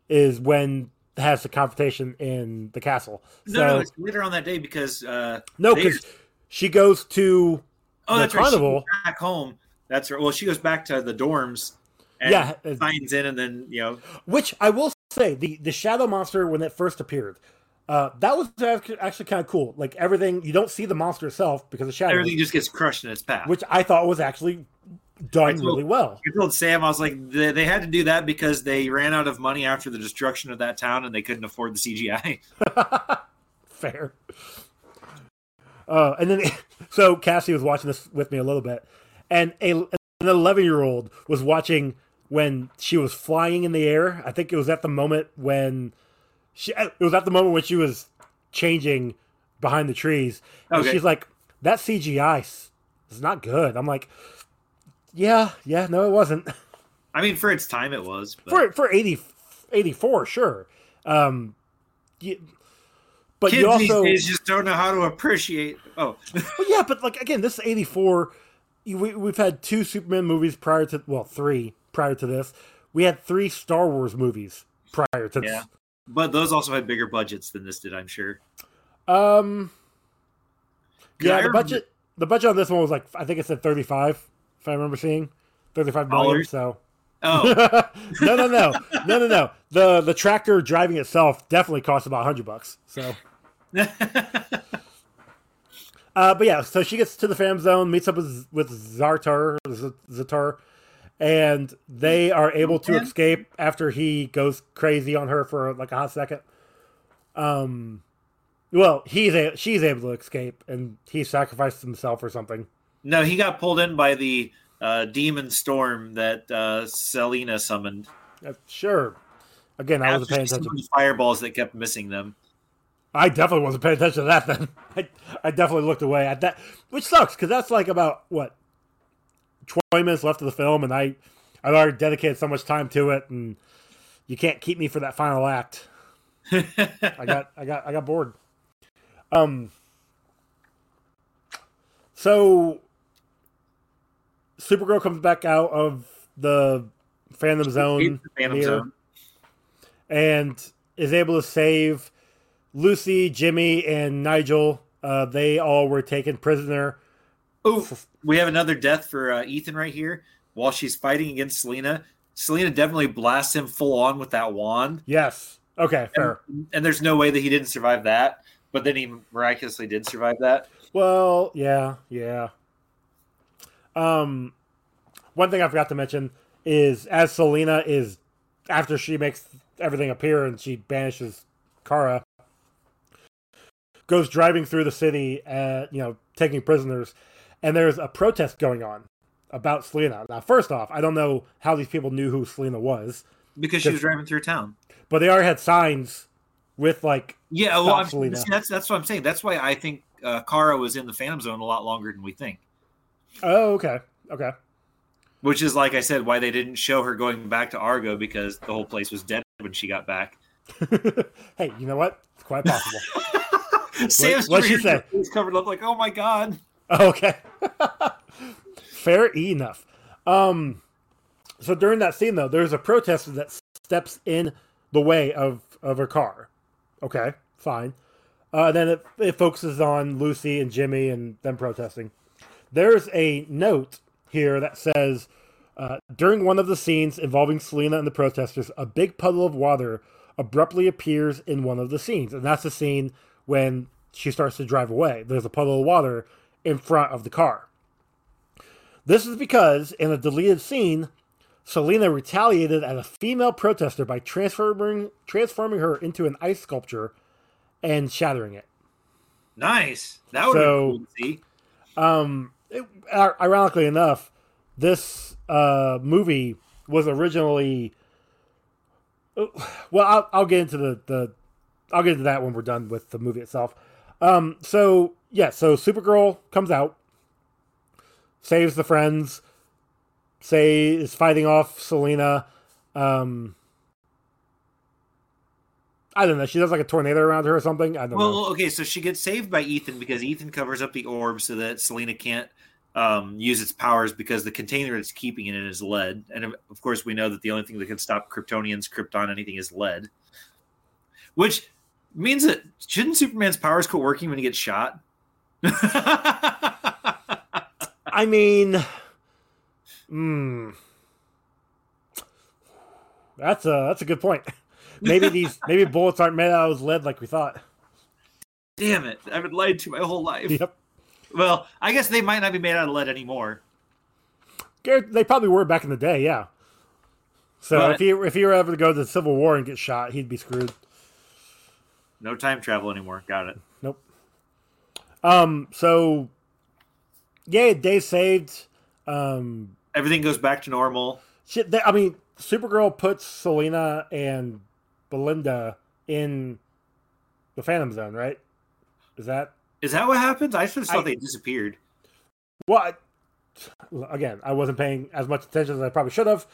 Speaker 3: is when has the confrontation in the castle.
Speaker 4: No, no,
Speaker 3: So
Speaker 4: it's later on that day because uh,
Speaker 3: no,
Speaker 4: they-
Speaker 3: because she goes to
Speaker 4: oh,
Speaker 3: the
Speaker 4: that's right, she
Speaker 3: carnival.
Speaker 4: went back home. That's right. Well, she goes back to the dorms. And
Speaker 3: Yeah, uh,
Speaker 4: signs in and then you know
Speaker 3: Which I will say, the the shadow monster when it first appeared, uh, that was ac- actually kind of cool. Like everything, you don't see the monster itself because of shadows,
Speaker 4: everything just gets crushed in its path.
Speaker 3: which I thought was actually done
Speaker 4: It's cool.
Speaker 3: really well.
Speaker 4: I told Sam, I was like, they, they had to do that because they ran out of money after the destruction of that town and they couldn't afford the CGI.
Speaker 3: Fair. Uh, and then, <laughs> so Cassie was watching this with me a little bit, and a an eleven year old was watching when she was flying in the air. I think it was at the moment when she uh, it was at the moment when she was changing behind the trees. And
Speaker 4: Okay.
Speaker 3: she's like, "That CGI s- is not good." I'm like, "Yeah, yeah, no, it wasn't."
Speaker 4: <laughs> I mean, for its time, it was. But
Speaker 3: for for 80, 84, sure. Um, you, but
Speaker 4: kids
Speaker 3: you also
Speaker 4: these days just don't know how to appreciate. Oh, <laughs>
Speaker 3: Well, yeah, but like again, this is '84. We, we've had two Superman movies prior to well, three prior to this. We had three Star Wars movies prior to this.
Speaker 4: Yeah. but those also had bigger budgets than this did, I'm sure.
Speaker 3: Um,
Speaker 4: 'Cause
Speaker 3: yeah,
Speaker 4: I
Speaker 3: the
Speaker 4: remember-
Speaker 3: budget the budget on this one was like I think it said thirty five. If I remember seeing thirty five million.
Speaker 4: Dollars?
Speaker 3: So <laughs>
Speaker 4: Oh,
Speaker 3: no, no, no, no, no, no. The the tractor driving itself definitely cost about hundred bucks.
Speaker 4: <laughs>
Speaker 3: So. Uh, but yeah, so she gets to the fam zone, meets up with with Zartar, Z- Zatar, and they are able to
Speaker 4: Yeah.
Speaker 3: escape after he goes crazy on her for like a hot second. Um, well, he's a she's able to escape, and he sacrificed himself or something.
Speaker 4: no, he got pulled in by the uh, demon storm that uh, Selena summoned.
Speaker 3: Uh, sure. Again, I wasn't
Speaker 4: After
Speaker 3: paying
Speaker 4: she
Speaker 3: attention.
Speaker 4: summoned fireballs that kept missing them.
Speaker 3: I definitely wasn't paying attention to that then. <laughs> I, I definitely looked away at that, which sucks because that's like about what twenty minutes left of the film, and I I've already dedicated so much time to it, and you can't keep me for that final act. I got I got I got bored. Um. So Supergirl comes back out of the Phantom Zone,
Speaker 4: Phantom
Speaker 3: mirror
Speaker 4: Zone.
Speaker 3: and is able to save Lucy, Jimmy, and Nigel. Uh, they all were taken prisoner.
Speaker 4: Oh, we have another death for uh, Ethan right here. While she's fighting against Selena, Selena definitely blasts him full on with that wand,
Speaker 3: Yes. Okay. Fair.
Speaker 4: and there's no way that he didn't survive that. But then he miraculously did survive that.
Speaker 3: Well, yeah, yeah. Um, one thing I forgot to mention is as Selena is after she makes everything appear and she banishes Kara, goes driving through the city, uh, you know, taking prisoners, and there's a protest going on about Selena. Now, first off, I don't know how these people knew who Selena was,
Speaker 4: Because she was driving through town.
Speaker 3: but they already had signs with like,
Speaker 4: Yeah, well,
Speaker 3: Stop
Speaker 4: I'm,
Speaker 3: Selena.
Speaker 4: see, that's that's what I'm saying. That's why I think uh, Kara was in the Phantom Zone a lot longer than we think.
Speaker 3: oh, okay, okay, <laughs>
Speaker 4: Which is, like I said, why they didn't show her going back to Argo because the whole place was dead when she got back.
Speaker 3: hey, you know what? It's quite possible.
Speaker 4: <laughs> Sam's
Speaker 3: what'd she
Speaker 4: rearing her
Speaker 3: say?
Speaker 4: face covered up, like, "Oh my god!"
Speaker 3: <laughs> Okay. Fair enough. Um, so during that scene, though, there's a protester that steps in the way of of her car. Okay, fine. Uh, then it, it focuses on Lucy and Jimmy and them protesting. There's a note here that says, uh, during one of the scenes involving Selena and the protesters, a big puddle of water abruptly appears in one of the scenes, and that's the scene when she starts to drive away. There's a puddle of water in front of the car. This is because in a deleted scene, Selena retaliated at a female protester by transforming transforming her into an ice sculpture and shattering it.
Speaker 4: Nice. That would
Speaker 3: So-
Speaker 4: be cool to see.
Speaker 3: Um, it, ir- ironically enough, this uh, movie was originally. uh, Well, I'll, I'll get into the, the I'll get into that when we're done with the movie itself. Um, so yeah, so Supergirl comes out, saves the friends, say is fighting off Selena. Um, I don't know. She does like a tornado around her or something. I don't know.
Speaker 4: Well, okay, so she gets saved by Ethan because Ethan covers up the orb so that Selena can't um, use its powers because the container it's keeping it in is lead. And of of course, we know that the only thing that can stop Kryptonians, Krypton, anything is lead, which means that shouldn't Superman's powers quit working when he gets shot? <laughs>
Speaker 3: I mean, hmm. That's a that's a good point. Maybe these maybe bullets aren't made out of lead like we thought.
Speaker 4: Damn it. I've been lied to my whole life.
Speaker 3: Yep,
Speaker 4: Well, I guess they might not be made out of lead anymore.
Speaker 3: Garrett, they probably were back in the day. Yeah. So
Speaker 4: But-
Speaker 3: if he if he were ever to go to the Civil War and get shot, he'd be screwed.
Speaker 4: No time travel anymore. Got it.
Speaker 3: Nope. Um. So, yeah, day saved. Um.
Speaker 4: Everything goes back to normal.
Speaker 3: Shit. They, I mean, Supergirl puts Selena and Belinda in the Phantom Zone, right? Is that
Speaker 4: Is that what happens? I should have thought
Speaker 3: I-
Speaker 4: they disappeared.
Speaker 3: Well, I- again, I wasn't paying as much attention as I probably should have.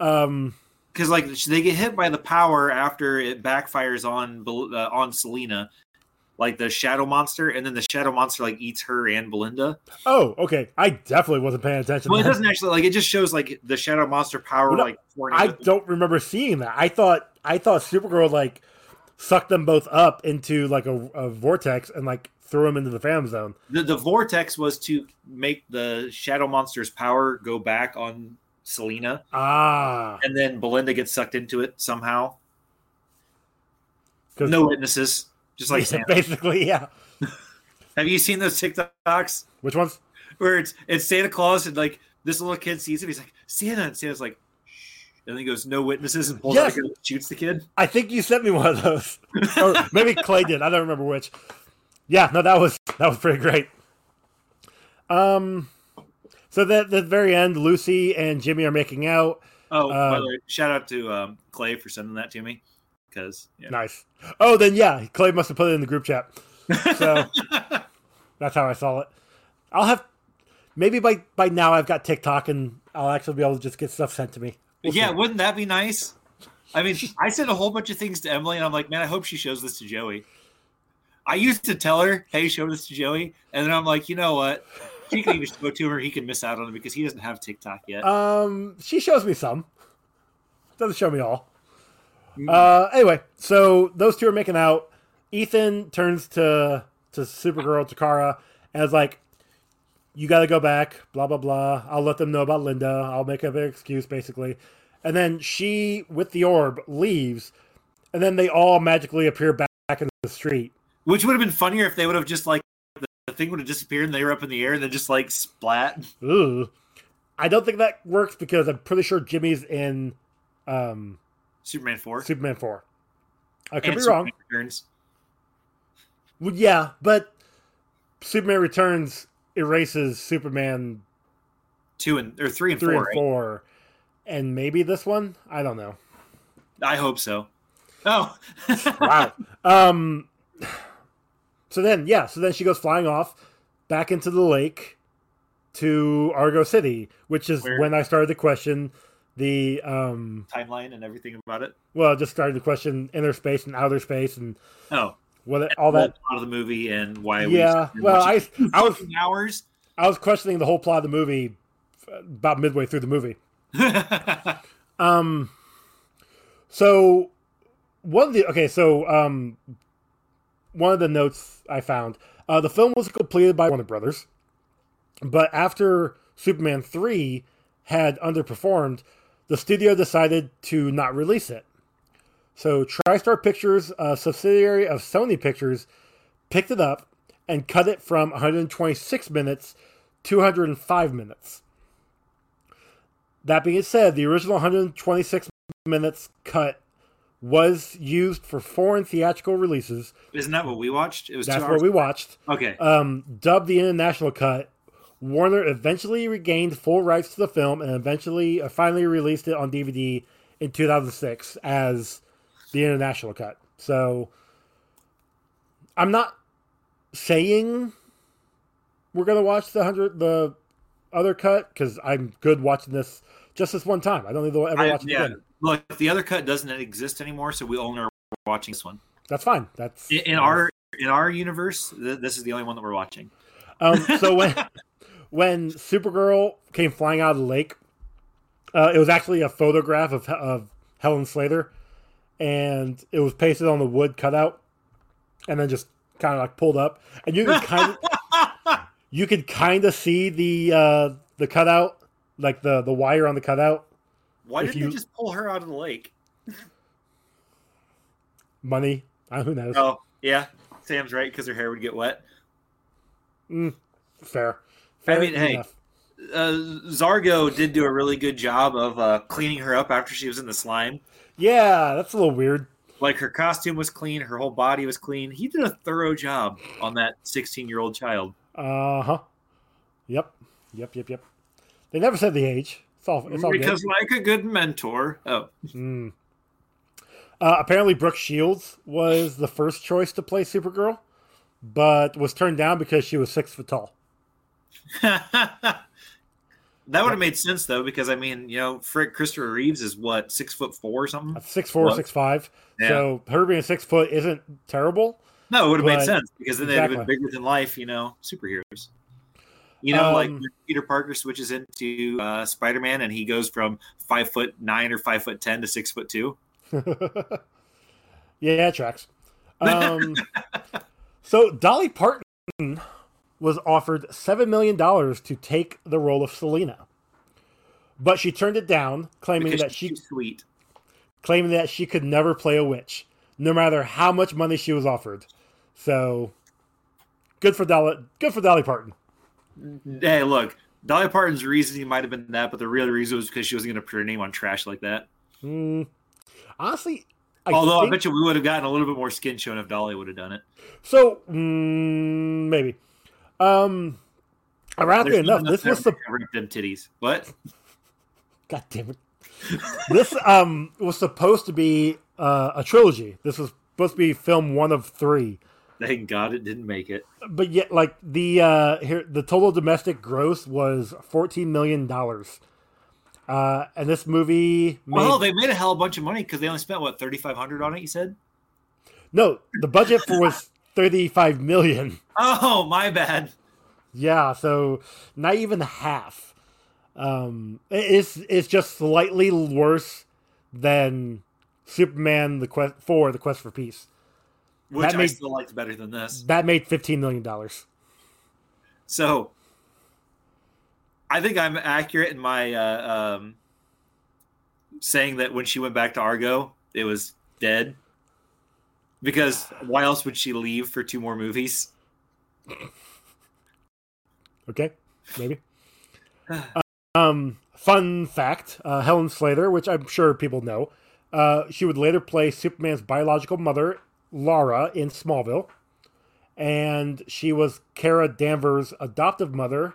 Speaker 3: Um,
Speaker 4: because like they get hit by the power after it backfires on Bel- uh, on Selena, like the shadow monster, and then the shadow monster like eats her and Belinda.
Speaker 3: oh, okay. I definitely wasn't paying attention.
Speaker 4: Well, it
Speaker 3: then.
Speaker 4: doesn't actually like it just shows like the shadow monster power
Speaker 3: Well, no,
Speaker 4: like. pouring
Speaker 3: I
Speaker 4: out.
Speaker 3: don't remember seeing that. I thought I thought Supergirl like sucked them both up into like a, a vortex and like threw them into the Phantom Zone.
Speaker 4: the, the vortex was to make the shadow monster's power go back on Selena,
Speaker 3: Ah,
Speaker 4: and then Belinda gets sucked into it somehow.
Speaker 3: 'cause-
Speaker 4: No witnesses, just like Sam.
Speaker 3: <laughs> basically, yeah.
Speaker 4: Have you seen those TikToks?
Speaker 3: Which ones?
Speaker 4: where it's it's Santa Claus and like this little kid sees him. He's like Santa, and Santa's like, Shh. and then he goes no witnesses and pulls out
Speaker 3: Yes.
Speaker 4: a gun and shoots the kid.
Speaker 3: I think you sent me one of those, <laughs> or maybe Clay did. I don't remember which. Yeah, no, that was that was pretty great. Um, so that the very end, Lucy and Jimmy are making out.
Speaker 4: Oh, by
Speaker 3: Um,
Speaker 4: the way, shout out to um, Clay for sending that to me because yeah.
Speaker 3: Nice. Oh, then yeah, Clay must have put it in the group chat. So that's how I saw it. I'll have maybe by by now I've got TikTok and I'll actually be able to just get stuff sent to me. We'll see.
Speaker 4: yeah, wouldn't that be nice?
Speaker 3: <laughs>
Speaker 4: I mean, I sent a whole bunch of things to Emily, and I'm like, man, I hope she shows this to Joey. I used to tell her, hey, show this to Joey, and then I'm like, you know what?
Speaker 3: <laughs>
Speaker 4: You can even show it to him, or he can miss out on it because he doesn't have TikTok yet.
Speaker 3: Um, she shows me some. Doesn't show me all. Uh, anyway, so those two are making out. Ethan turns to to Supergirl Takara and is like, "You got to go back." Blah blah blah. I'll let them know about Linda. I'll make up an excuse basically, and then she with the orb leaves, and then they all magically appear back in the street.
Speaker 4: Which would have been funnier if they would have just like the- the thing would have disappeared and they were up in the air and then just like splat.
Speaker 3: Ooh. I don't think that works because I'm pretty sure Jimmy's in um,
Speaker 4: Superman four.
Speaker 3: Superman four. I could
Speaker 4: And
Speaker 3: be
Speaker 4: Superman
Speaker 3: wrong.
Speaker 4: Returns.
Speaker 3: Well, yeah, but Superman Returns erases Superman
Speaker 4: Two and or three and
Speaker 3: three
Speaker 4: four.
Speaker 3: and
Speaker 4: right?
Speaker 3: four, and maybe this one. I don't
Speaker 4: <laughs>
Speaker 3: know.
Speaker 4: I hope so. Oh, <laughs>
Speaker 3: Wow. um. So then, yeah. So then she goes flying off back into the lake to Argo City, which is
Speaker 4: Where-
Speaker 3: when I started to question the um.
Speaker 4: timeline and everything about it.
Speaker 3: Well, just started to question inner space and outer space and
Speaker 4: Oh,
Speaker 3: what all that.
Speaker 4: plot of the movie and why. we-
Speaker 3: Yeah. Well, I I was
Speaker 4: hours. <laughs>
Speaker 3: I was questioning the whole plot of the movie about midway through the movie. Um. So one of the okay, so um, one of the notes I found, uh, the film was completed by Warner Brothers, but after Superman three had underperformed, the studio decided to not release it. So TriStar Pictures, a subsidiary of Sony Pictures, picked it up and cut it from 126 minutes to 105 minutes. That being said, the original 126 minutes cut was used for foreign theatrical releases.
Speaker 4: Isn't that what we watched? It was
Speaker 3: That's
Speaker 4: two
Speaker 3: what
Speaker 4: hours.
Speaker 3: we watched.
Speaker 4: okay.
Speaker 3: Um, dubbed the international cut, Warner eventually regained full rights to the film and eventually uh, finally released it on DVD in 2006 as the international cut. So I'm not saying we're gonna watch the hundred the other cut because I'm good watching this just this one time. I don't need to ever
Speaker 4: I-
Speaker 3: watch it
Speaker 4: yeah.
Speaker 3: again.
Speaker 4: Look, the other cut doesn't exist anymore, so we only are watching this one.
Speaker 3: That's fine. That's
Speaker 4: In, in our in our universe, th- this is the only one that we're watching.
Speaker 3: Um, so
Speaker 4: <laughs>
Speaker 3: when when Supergirl came flying out of the lake, uh, it was actually a photograph of of Helen Slater, and it was pasted on the wood cutout, and then just kind of like pulled up, and you can kind of
Speaker 4: <laughs>
Speaker 3: you could kind of see the uh, the cutout, like the the wire on the cutout,
Speaker 4: Why
Speaker 3: If
Speaker 4: didn't
Speaker 3: you-
Speaker 4: they just pull her out of the lake?
Speaker 3: money. Uh, who knows?
Speaker 4: Oh, yeah. Sam's right because her hair would get wet.
Speaker 3: Fair.
Speaker 4: I
Speaker 3: Fair
Speaker 4: mean, hey.
Speaker 3: enough.
Speaker 4: Uh, Zargo did do a really good job of uh, cleaning her up after she was in the slime.
Speaker 3: yeah, that's a little weird.
Speaker 4: Like her costume was clean, her whole body was clean. He did a thorough job on that 16 year old child.
Speaker 3: Uh huh. Yep. Yep. Yep. Yep. They never said the age. It's all. It's all good.
Speaker 4: Because, like a good mentor, oh, <laughs>
Speaker 3: Mm. Uh, apparently, Brooke Shields was the first choice to play Supergirl, but was turned down because she was six foot tall.
Speaker 4: that would have made sense though, because I mean, you know, Frick Christopher Reeves is what six foot four or something.
Speaker 3: Six four,
Speaker 4: What?
Speaker 3: six five.
Speaker 4: Yeah.
Speaker 3: So her being six foot isn't terrible.
Speaker 4: No, it would have made
Speaker 3: Right.
Speaker 4: sense because then they'd have
Speaker 3: Exactly.
Speaker 4: been bigger than life, you know, superheroes. You know, like
Speaker 3: Um,
Speaker 4: when Peter Parker switches into uh, Spider Man and he goes from five foot nine or five foot ten to six foot two.
Speaker 3: yeah, it tracks.
Speaker 4: <laughs>
Speaker 3: Um, so Dolly Parton was offered seven million dollars to take the role of Selena, but she turned it down, claiming
Speaker 4: Because
Speaker 3: that she
Speaker 4: she's sweet.
Speaker 3: claiming that she could never play a witch, no matter how much money she was offered. So, good for Dolly. Good for Dolly Parton.
Speaker 4: Hey, look, Dolly Parton's reasoning might have been that, but the real reason was because she wasn't going to put her name on trash like that.
Speaker 3: Hmm. Honestly, I
Speaker 4: Although
Speaker 3: think,
Speaker 4: I bet you we would have gotten a little bit more skin shown if Dolly would have done it.
Speaker 3: so. Mm, maybe. Um. Ironically
Speaker 4: There's
Speaker 3: enough,
Speaker 4: nothing up
Speaker 3: this
Speaker 4: there
Speaker 3: was the
Speaker 4: covering up them titties. What?
Speaker 3: God damn it. this um was supposed to be uh, a trilogy. This was supposed to be film one of three.
Speaker 4: Thank God it didn't make it.
Speaker 3: But yet, like the uh, here, the total domestic gross was fourteen million dollars, uh, and this movie made
Speaker 4: Well, they made a hell of a bunch of money because they only spent what thirty five hundred on it. You said?
Speaker 3: no. The budget for was thirty five million.
Speaker 4: Oh, my bad.
Speaker 3: Yeah, so not even half. Um, it- it's it's just slightly worse than Superman the quest for the quest for peace.
Speaker 4: which
Speaker 3: That
Speaker 4: I
Speaker 3: made-
Speaker 4: still liked better than this.
Speaker 3: That made fifteen million dollars.
Speaker 4: So I think I'm accurate in my uh, um, saying that when she went back to Argo, it was dead. Because why else would she leave for two more movies?
Speaker 3: Okay, maybe. um, fun fact: uh, Helen Slater, which I'm sure people know, uh, she would later play Superman's biological mother, Lara, in Smallville, and she was Kara Danvers' adoptive mother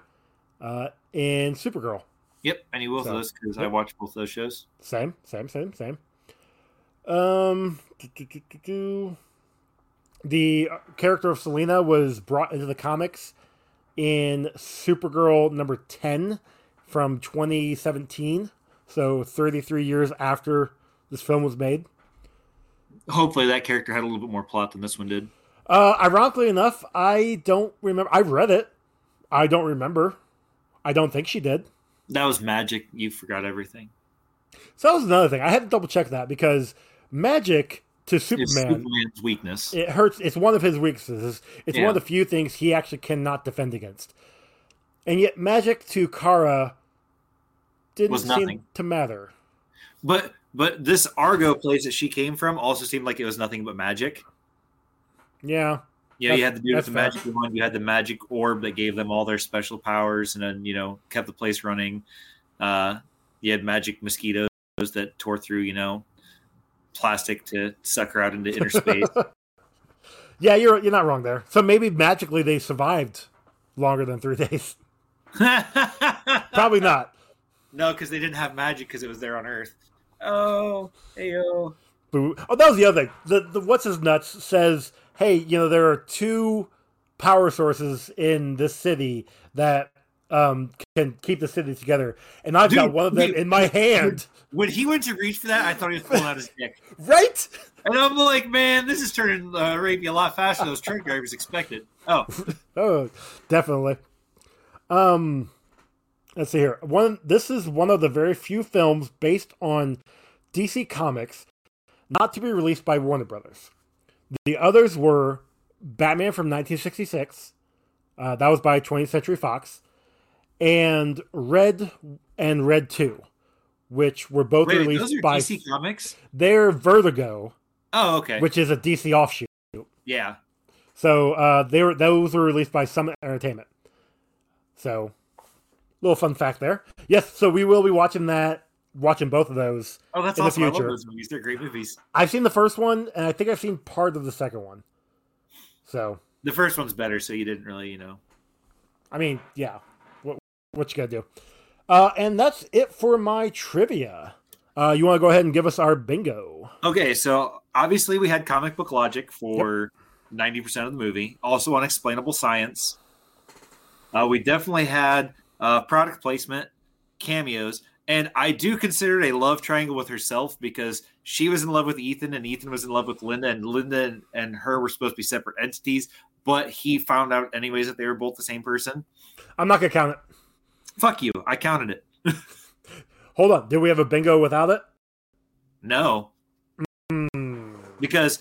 Speaker 3: uh, in Supergirl.
Speaker 4: Yep, I knew both
Speaker 3: So-
Speaker 4: of those because I watched both those shows.
Speaker 3: Same, same, same, same. Um, do, do, do, do, do. the uh, character of Selena was brought into the comics in Supergirl number ten from 2017, so 33 years after this film was made.
Speaker 4: Hopefully, that character had a little bit more plot than this one did.
Speaker 3: Uh, ironically enough, I don't remember. I read it. I don't remember. I don't think she did.
Speaker 4: That was magic. You forgot everything.
Speaker 3: So that was another thing. I had to double check that because magic to
Speaker 4: It's
Speaker 3: Superman
Speaker 4: Superman's weakness.
Speaker 3: it hurts. It's one of his weaknesses. It's
Speaker 4: Yeah.
Speaker 3: one of the few things he actually cannot defend against. And yet, magic to Kara didn't
Speaker 4: Was
Speaker 3: seem
Speaker 4: nothing.
Speaker 3: to matter.
Speaker 4: But but this Argo place that she came from also seemed like it was nothing but magic.
Speaker 3: Yeah,
Speaker 4: You know, you
Speaker 3: That's-
Speaker 4: had the dude with the
Speaker 3: that's
Speaker 4: magic wand, you had the magic orb that gave them all their special powers, and then you know kept the place running. Uh, you had magic mosquitoes that tore through you know plastic to suck her out into
Speaker 3: <laughs>
Speaker 4: inner space. <laughs>
Speaker 3: yeah, you're you're not wrong there. So maybe magically they survived longer than three <laughs> days. Probably not.
Speaker 4: no, because they didn't have magic because it was there on Earth. Oh, hey oh.
Speaker 3: Boo. Oh, that was the other thing. The, the what's his nuts says, "Hey, you know there are two power sources in this city that um, can keep the city together, and I've got
Speaker 4: Dude,
Speaker 3: one of them
Speaker 4: dude, <laughs>
Speaker 3: in my hand,
Speaker 4: When he went to reach for that, I thought he was pulling out his dick,
Speaker 3: right?"
Speaker 4: and I'm like, man, this is turning uh, rapey a lot faster than those truck drivers expected.
Speaker 3: <laughs>
Speaker 4: Oh,
Speaker 3: Oh, definitely. Um, let's see here. One. This is one of the very few films based on DC Comics not to be released by Warner Brothers. The others were Batman from 1966. Uh, that was by 20th Century Fox, and Red and Red Two, which were both
Speaker 4: wait, wait,
Speaker 3: released
Speaker 4: those are
Speaker 3: by
Speaker 4: DC Comics.
Speaker 3: their Vertigo,
Speaker 4: Oh, okay.
Speaker 3: which is a DC offshoot.
Speaker 4: yeah.
Speaker 3: So uh, they were those were released by Summit Entertainment. So, little fun fact there. Yes, so we will be watching that, watching both of those.
Speaker 4: Oh, that's
Speaker 3: In the
Speaker 4: awesome. I love
Speaker 3: future.
Speaker 4: those movies. They're great movies.
Speaker 3: I've seen the first one, and I think I've seen part of the second one. So,
Speaker 4: The first one's better, so you didn't really, you know.
Speaker 3: I mean, yeah, what what you gotta do? Uh, and that's it for my trivia. Uh, you want to go ahead and give us our bingo?
Speaker 4: Okay, so obviously we had comic book logic for ninety percent of the movie. Also, unexplainable science. Uh, we definitely had uh, product placement, cameos, and I do consider it a love triangle with herself because she was in love with Ethan, and Ethan was in love with Linda, and Linda and, and her were supposed to be separate entities, but he found out anyways that they were both the same person.
Speaker 3: I'm not gonna count it.
Speaker 4: Fuck you! I counted it.
Speaker 3: Hold on. Did we have a bingo without it?
Speaker 4: No,
Speaker 3: Hmm.
Speaker 4: because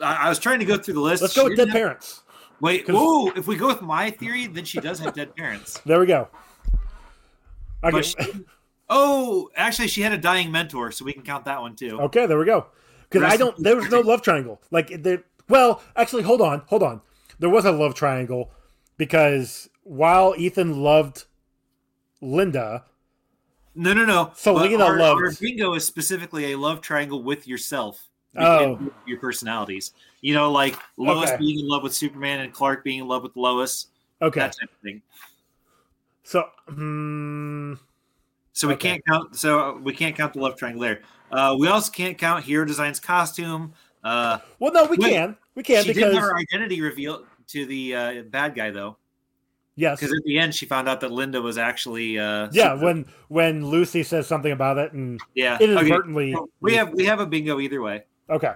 Speaker 4: I, I was trying to go through the list.
Speaker 3: Let's go
Speaker 4: She
Speaker 3: with
Speaker 4: didn't
Speaker 3: dead
Speaker 4: have-
Speaker 3: parents.
Speaker 4: Wait,
Speaker 3: 'cause-
Speaker 4: whoa! If we go with my theory, then she does have dead parents.
Speaker 3: There we go.
Speaker 4: But she- oh, actually, she had a dying mentor, so we can count that one too.
Speaker 3: Okay, there we go. Because I
Speaker 4: Rest in
Speaker 3: don't. There was no love triangle. Like there. Well, actually, hold on, hold on. There was a love triangle because while Ethan loved Linda,
Speaker 4: No, no, no.
Speaker 3: So
Speaker 4: But
Speaker 3: Lena
Speaker 4: our,
Speaker 3: loved-
Speaker 4: our bingo is specifically a love triangle with yourself.
Speaker 3: Oh.
Speaker 4: and your personalities. You know, like Lois
Speaker 3: Okay.
Speaker 4: being in love with Superman and Clark being in love with Lois.
Speaker 3: okay.
Speaker 4: That type of thing.
Speaker 3: so, hmm
Speaker 4: So we
Speaker 3: Okay.
Speaker 4: can't count. So we can't count the love triangle there. Uh, we also can't count Hero Designs costume. Uh,
Speaker 3: well, no, we
Speaker 4: Wait,
Speaker 3: can, we can
Speaker 4: she
Speaker 3: because
Speaker 4: did her identity reveal to the uh, bad guy though,
Speaker 3: yes,
Speaker 4: because at the end she found out that Linda was actually uh,
Speaker 3: yeah.
Speaker 4: Super-
Speaker 3: When when Lucy says something about it, and
Speaker 4: yeah. Okay.
Speaker 3: inadvertently,
Speaker 4: We have we have a bingo either way.
Speaker 3: okay.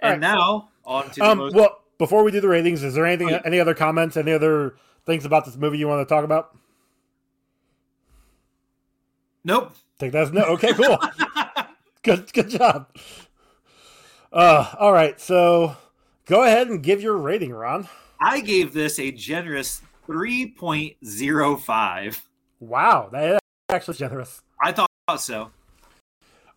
Speaker 4: And now on to the
Speaker 3: Um,
Speaker 4: most
Speaker 3: well, before we do the ratings, is there anything,
Speaker 4: Okay.
Speaker 3: any other comments, any other things about this movie you want to talk about?
Speaker 4: Nope.
Speaker 3: Take that as no. Okay, cool. <laughs> good, good job. Uh, all right, so go ahead and give your rating, Ron.
Speaker 4: I gave this a generous 3.05.
Speaker 3: Wow, that is actually generous.
Speaker 4: I thought so. <laughs>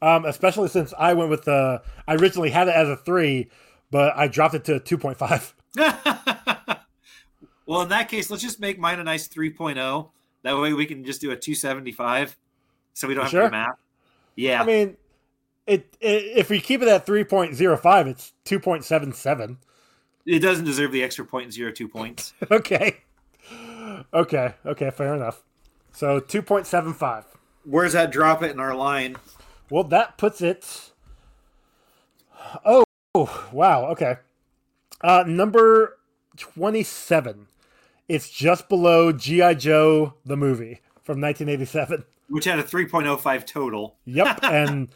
Speaker 3: Um, especially since I went with uh, I originally had it as a three, but I dropped it to two point five.
Speaker 4: well, in that case, let's just make mine a nice 3.0. That way we can just do a 275 so we
Speaker 3: You
Speaker 4: don't have
Speaker 3: sure?
Speaker 4: to map. Yeah.
Speaker 3: I mean, it, it if we keep it at three point zero five, it's two point seven seven. <laughs>
Speaker 4: it doesn't deserve the extra point zero two points.
Speaker 3: Okay, okay, okay, fair enough. So two point seven five.
Speaker 4: Where's that drop it in our line?
Speaker 3: Well, that puts it. Oh, wow. Okay. Uh, number 27. It's just below G.I. Joe, the movie from <laughs> 1987.
Speaker 4: Which had a 3.05 total.
Speaker 3: Yep. and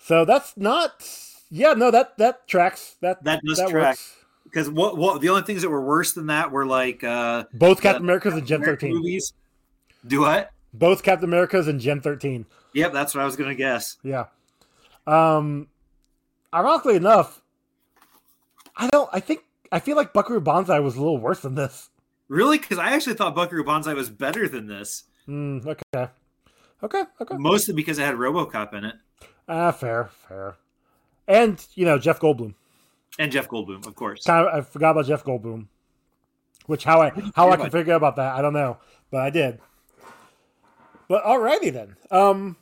Speaker 3: so that's not. Yeah, no, that that tracks. That
Speaker 4: That does
Speaker 3: that
Speaker 4: track.
Speaker 3: Works.
Speaker 4: Because what what the only things that were worse than that were like uh
Speaker 3: Both
Speaker 4: Yeah.
Speaker 3: Captain America's and Gen
Speaker 4: American
Speaker 3: 13.
Speaker 4: movies. Do what?
Speaker 3: Both Captain America's and Gen 13.
Speaker 4: Yep, that's what I was gonna guess.
Speaker 3: Yeah. Um ironically enough, I don't I think I feel like Buckaroo Banzai was a little worse than this.
Speaker 4: Really? Because I actually thought Buckaroo Banzai was better than this,
Speaker 3: Mm, okay. Okay, okay.
Speaker 4: mostly because it had RoboCop in it
Speaker 3: Ah, fair, fair. And, you know, Jeff Goldblum.
Speaker 4: and Jeff Goldblum, of course.
Speaker 3: Kind of- I forgot about Jeff Goldblum. Which how I how I can
Speaker 4: forget about-
Speaker 3: figure out about that, I don't know. But I did. But alrighty then. Um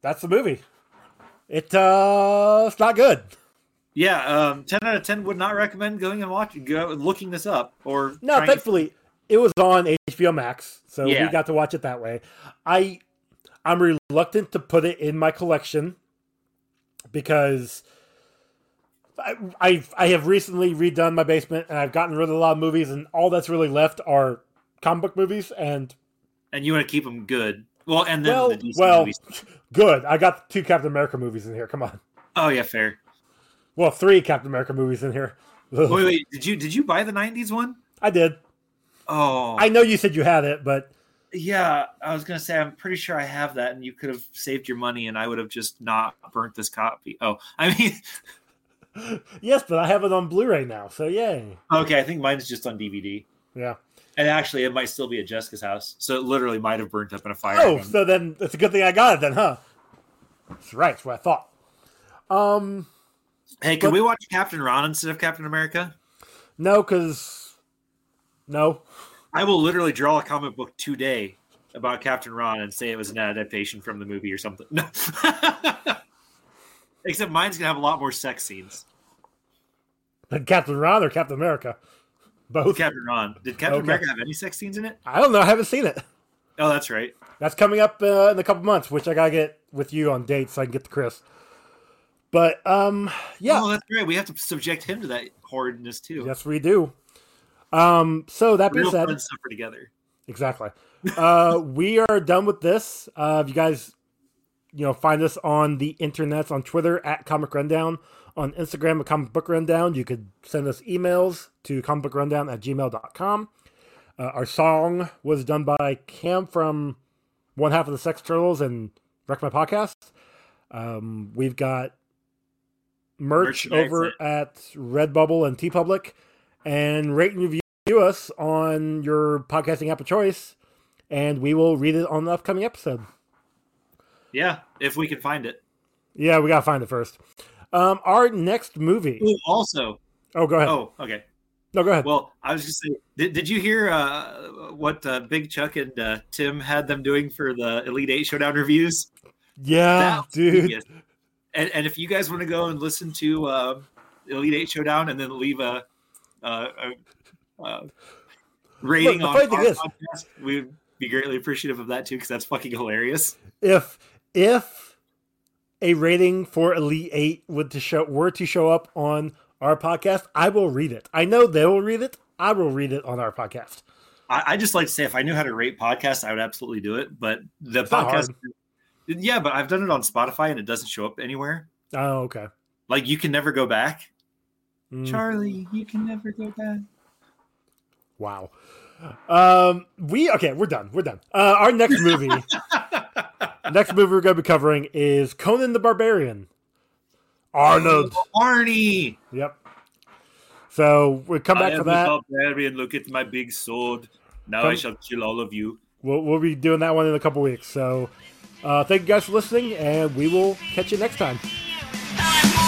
Speaker 3: that's the movie. It uh it's not good.
Speaker 4: Yeah, um, ten out of ten would not recommend going and watching, go looking this up or
Speaker 3: No,
Speaker 4: trying to-
Speaker 3: thankfully it was on HBO Max, so
Speaker 4: Yeah.
Speaker 3: we got to watch it that way. I I'm reluctant to put it in my collection because I I've, I have recently redone my basement and I've gotten rid of a lot of movies and all that's really left are comic book movies and
Speaker 4: and you want to keep them good. Well, and then
Speaker 3: well
Speaker 4: the DC
Speaker 3: well
Speaker 4: movies.
Speaker 3: <laughs> good. I got two Captain America movies in here. Come on.
Speaker 4: Oh yeah, fair.
Speaker 3: Well, three Captain America movies in here. <laughs> Ugh.
Speaker 4: Wait, wait, did you did you buy the '90s one?
Speaker 3: I did.
Speaker 4: Oh,
Speaker 3: I know you said you had it, but
Speaker 4: yeah. I was gonna say I'm pretty sure I have that, and you could have saved your money, and I would have just not burnt this copy. Oh, <laughs> I mean,
Speaker 3: yes, but I have it on Blu-ray now. So yay.
Speaker 4: okay, I think mine's just on DVD,
Speaker 3: Yeah.
Speaker 4: and actually, it might still be at Jessica's house, so it literally might have burnt up in a fire. Um,
Speaker 3: Oh, so then it's a good thing I got it then, huh? That's right. That's what I thought. Um,
Speaker 4: hey, can we watch Captain Ron instead of Captain America?
Speaker 3: no, because no.
Speaker 4: I will literally draw a comic book today about Captain Ron and say it was an adaptation from the movie or something. <laughs> No. Except mine's gonna have a lot more sex scenes.
Speaker 3: Then Captain Ron or Captain America, both.
Speaker 4: Captain Ron. Did Captain
Speaker 3: Okay.
Speaker 4: America have any sex scenes in it?
Speaker 3: I don't know. I haven't seen it.
Speaker 4: Oh, that's right.
Speaker 3: That's coming up uh, in a couple months, which I gotta get with you on dates so I can get to Chris. But um, yeah,
Speaker 4: Oh, that's right. We have to subject him to that horridness too.
Speaker 3: yes, we do. Um, so that
Speaker 4: We
Speaker 3: being
Speaker 4: don't
Speaker 3: said,
Speaker 4: friends suffer together.
Speaker 3: Exactly. Uh, we are done with this. Uh, if you guys, you know, find us on the internets on Twitter at Comic Rundown, on Instagram at Comic Book Rundown. You could send us emails to comicbookrundown at gmail.com. Uh, our song was done by Cam from One Half of the Sex Turtles and Wreck My Podcast. Um, we've got merch
Speaker 4: Merchandise.
Speaker 3: over at Redbubble and TeePublic. And rate and review review us on your podcasting app of choice, and we will read it on the upcoming episode.
Speaker 4: Yeah, if we can find it.
Speaker 3: Yeah, we gotta find it first. Um, our next movie.
Speaker 4: Ooh, also,
Speaker 3: Oh, go ahead.
Speaker 4: oh, okay.
Speaker 3: no, go ahead.
Speaker 4: Well, I was just saying, did, did you hear uh, what uh, Big Chuck and uh, Tim had them doing for the Elite Eight Showdown reviews?
Speaker 3: yeah,
Speaker 4: That-
Speaker 3: dude.
Speaker 4: yes. And, and if you guys want to go and listen to uh, Elite Eight Showdown and then leave a, uh, a, uh rating
Speaker 3: the funny
Speaker 4: on
Speaker 3: thing
Speaker 4: our
Speaker 3: is-
Speaker 4: podcast, we'd be greatly appreciative of that too because that's fucking hilarious.
Speaker 3: If if a rating for Elite Eight would to show were to show up on our podcast, I will read it. I know they will read it. I will read it on our podcast.
Speaker 4: I, I just like to say if I knew how to rate podcasts, I would absolutely do it. But the
Speaker 3: not
Speaker 4: podcast, yeah, but I've done it on Spotify and it doesn't show up anywhere.
Speaker 3: Oh, okay.
Speaker 4: Like you can never go back.
Speaker 3: Mm.
Speaker 4: Charlie, you can never go back.
Speaker 3: Wow. Um, we okay, we're done. We're done. Uh, our next
Speaker 4: <laughs>
Speaker 3: movie, next movie we're going to be covering is Conan the Barbarian. Arnold.
Speaker 4: Oh, Arnie.
Speaker 3: Yep. So we come back
Speaker 5: I
Speaker 3: for
Speaker 5: am
Speaker 3: that.
Speaker 5: a barbarian. Look at my big sword. Now I
Speaker 3: Come-
Speaker 5: shall kill all of you.
Speaker 3: We'll, we'll be doing that one in a couple weeks. So uh, thank you guys for listening, and we will catch you next time.
Speaker 2: It's time for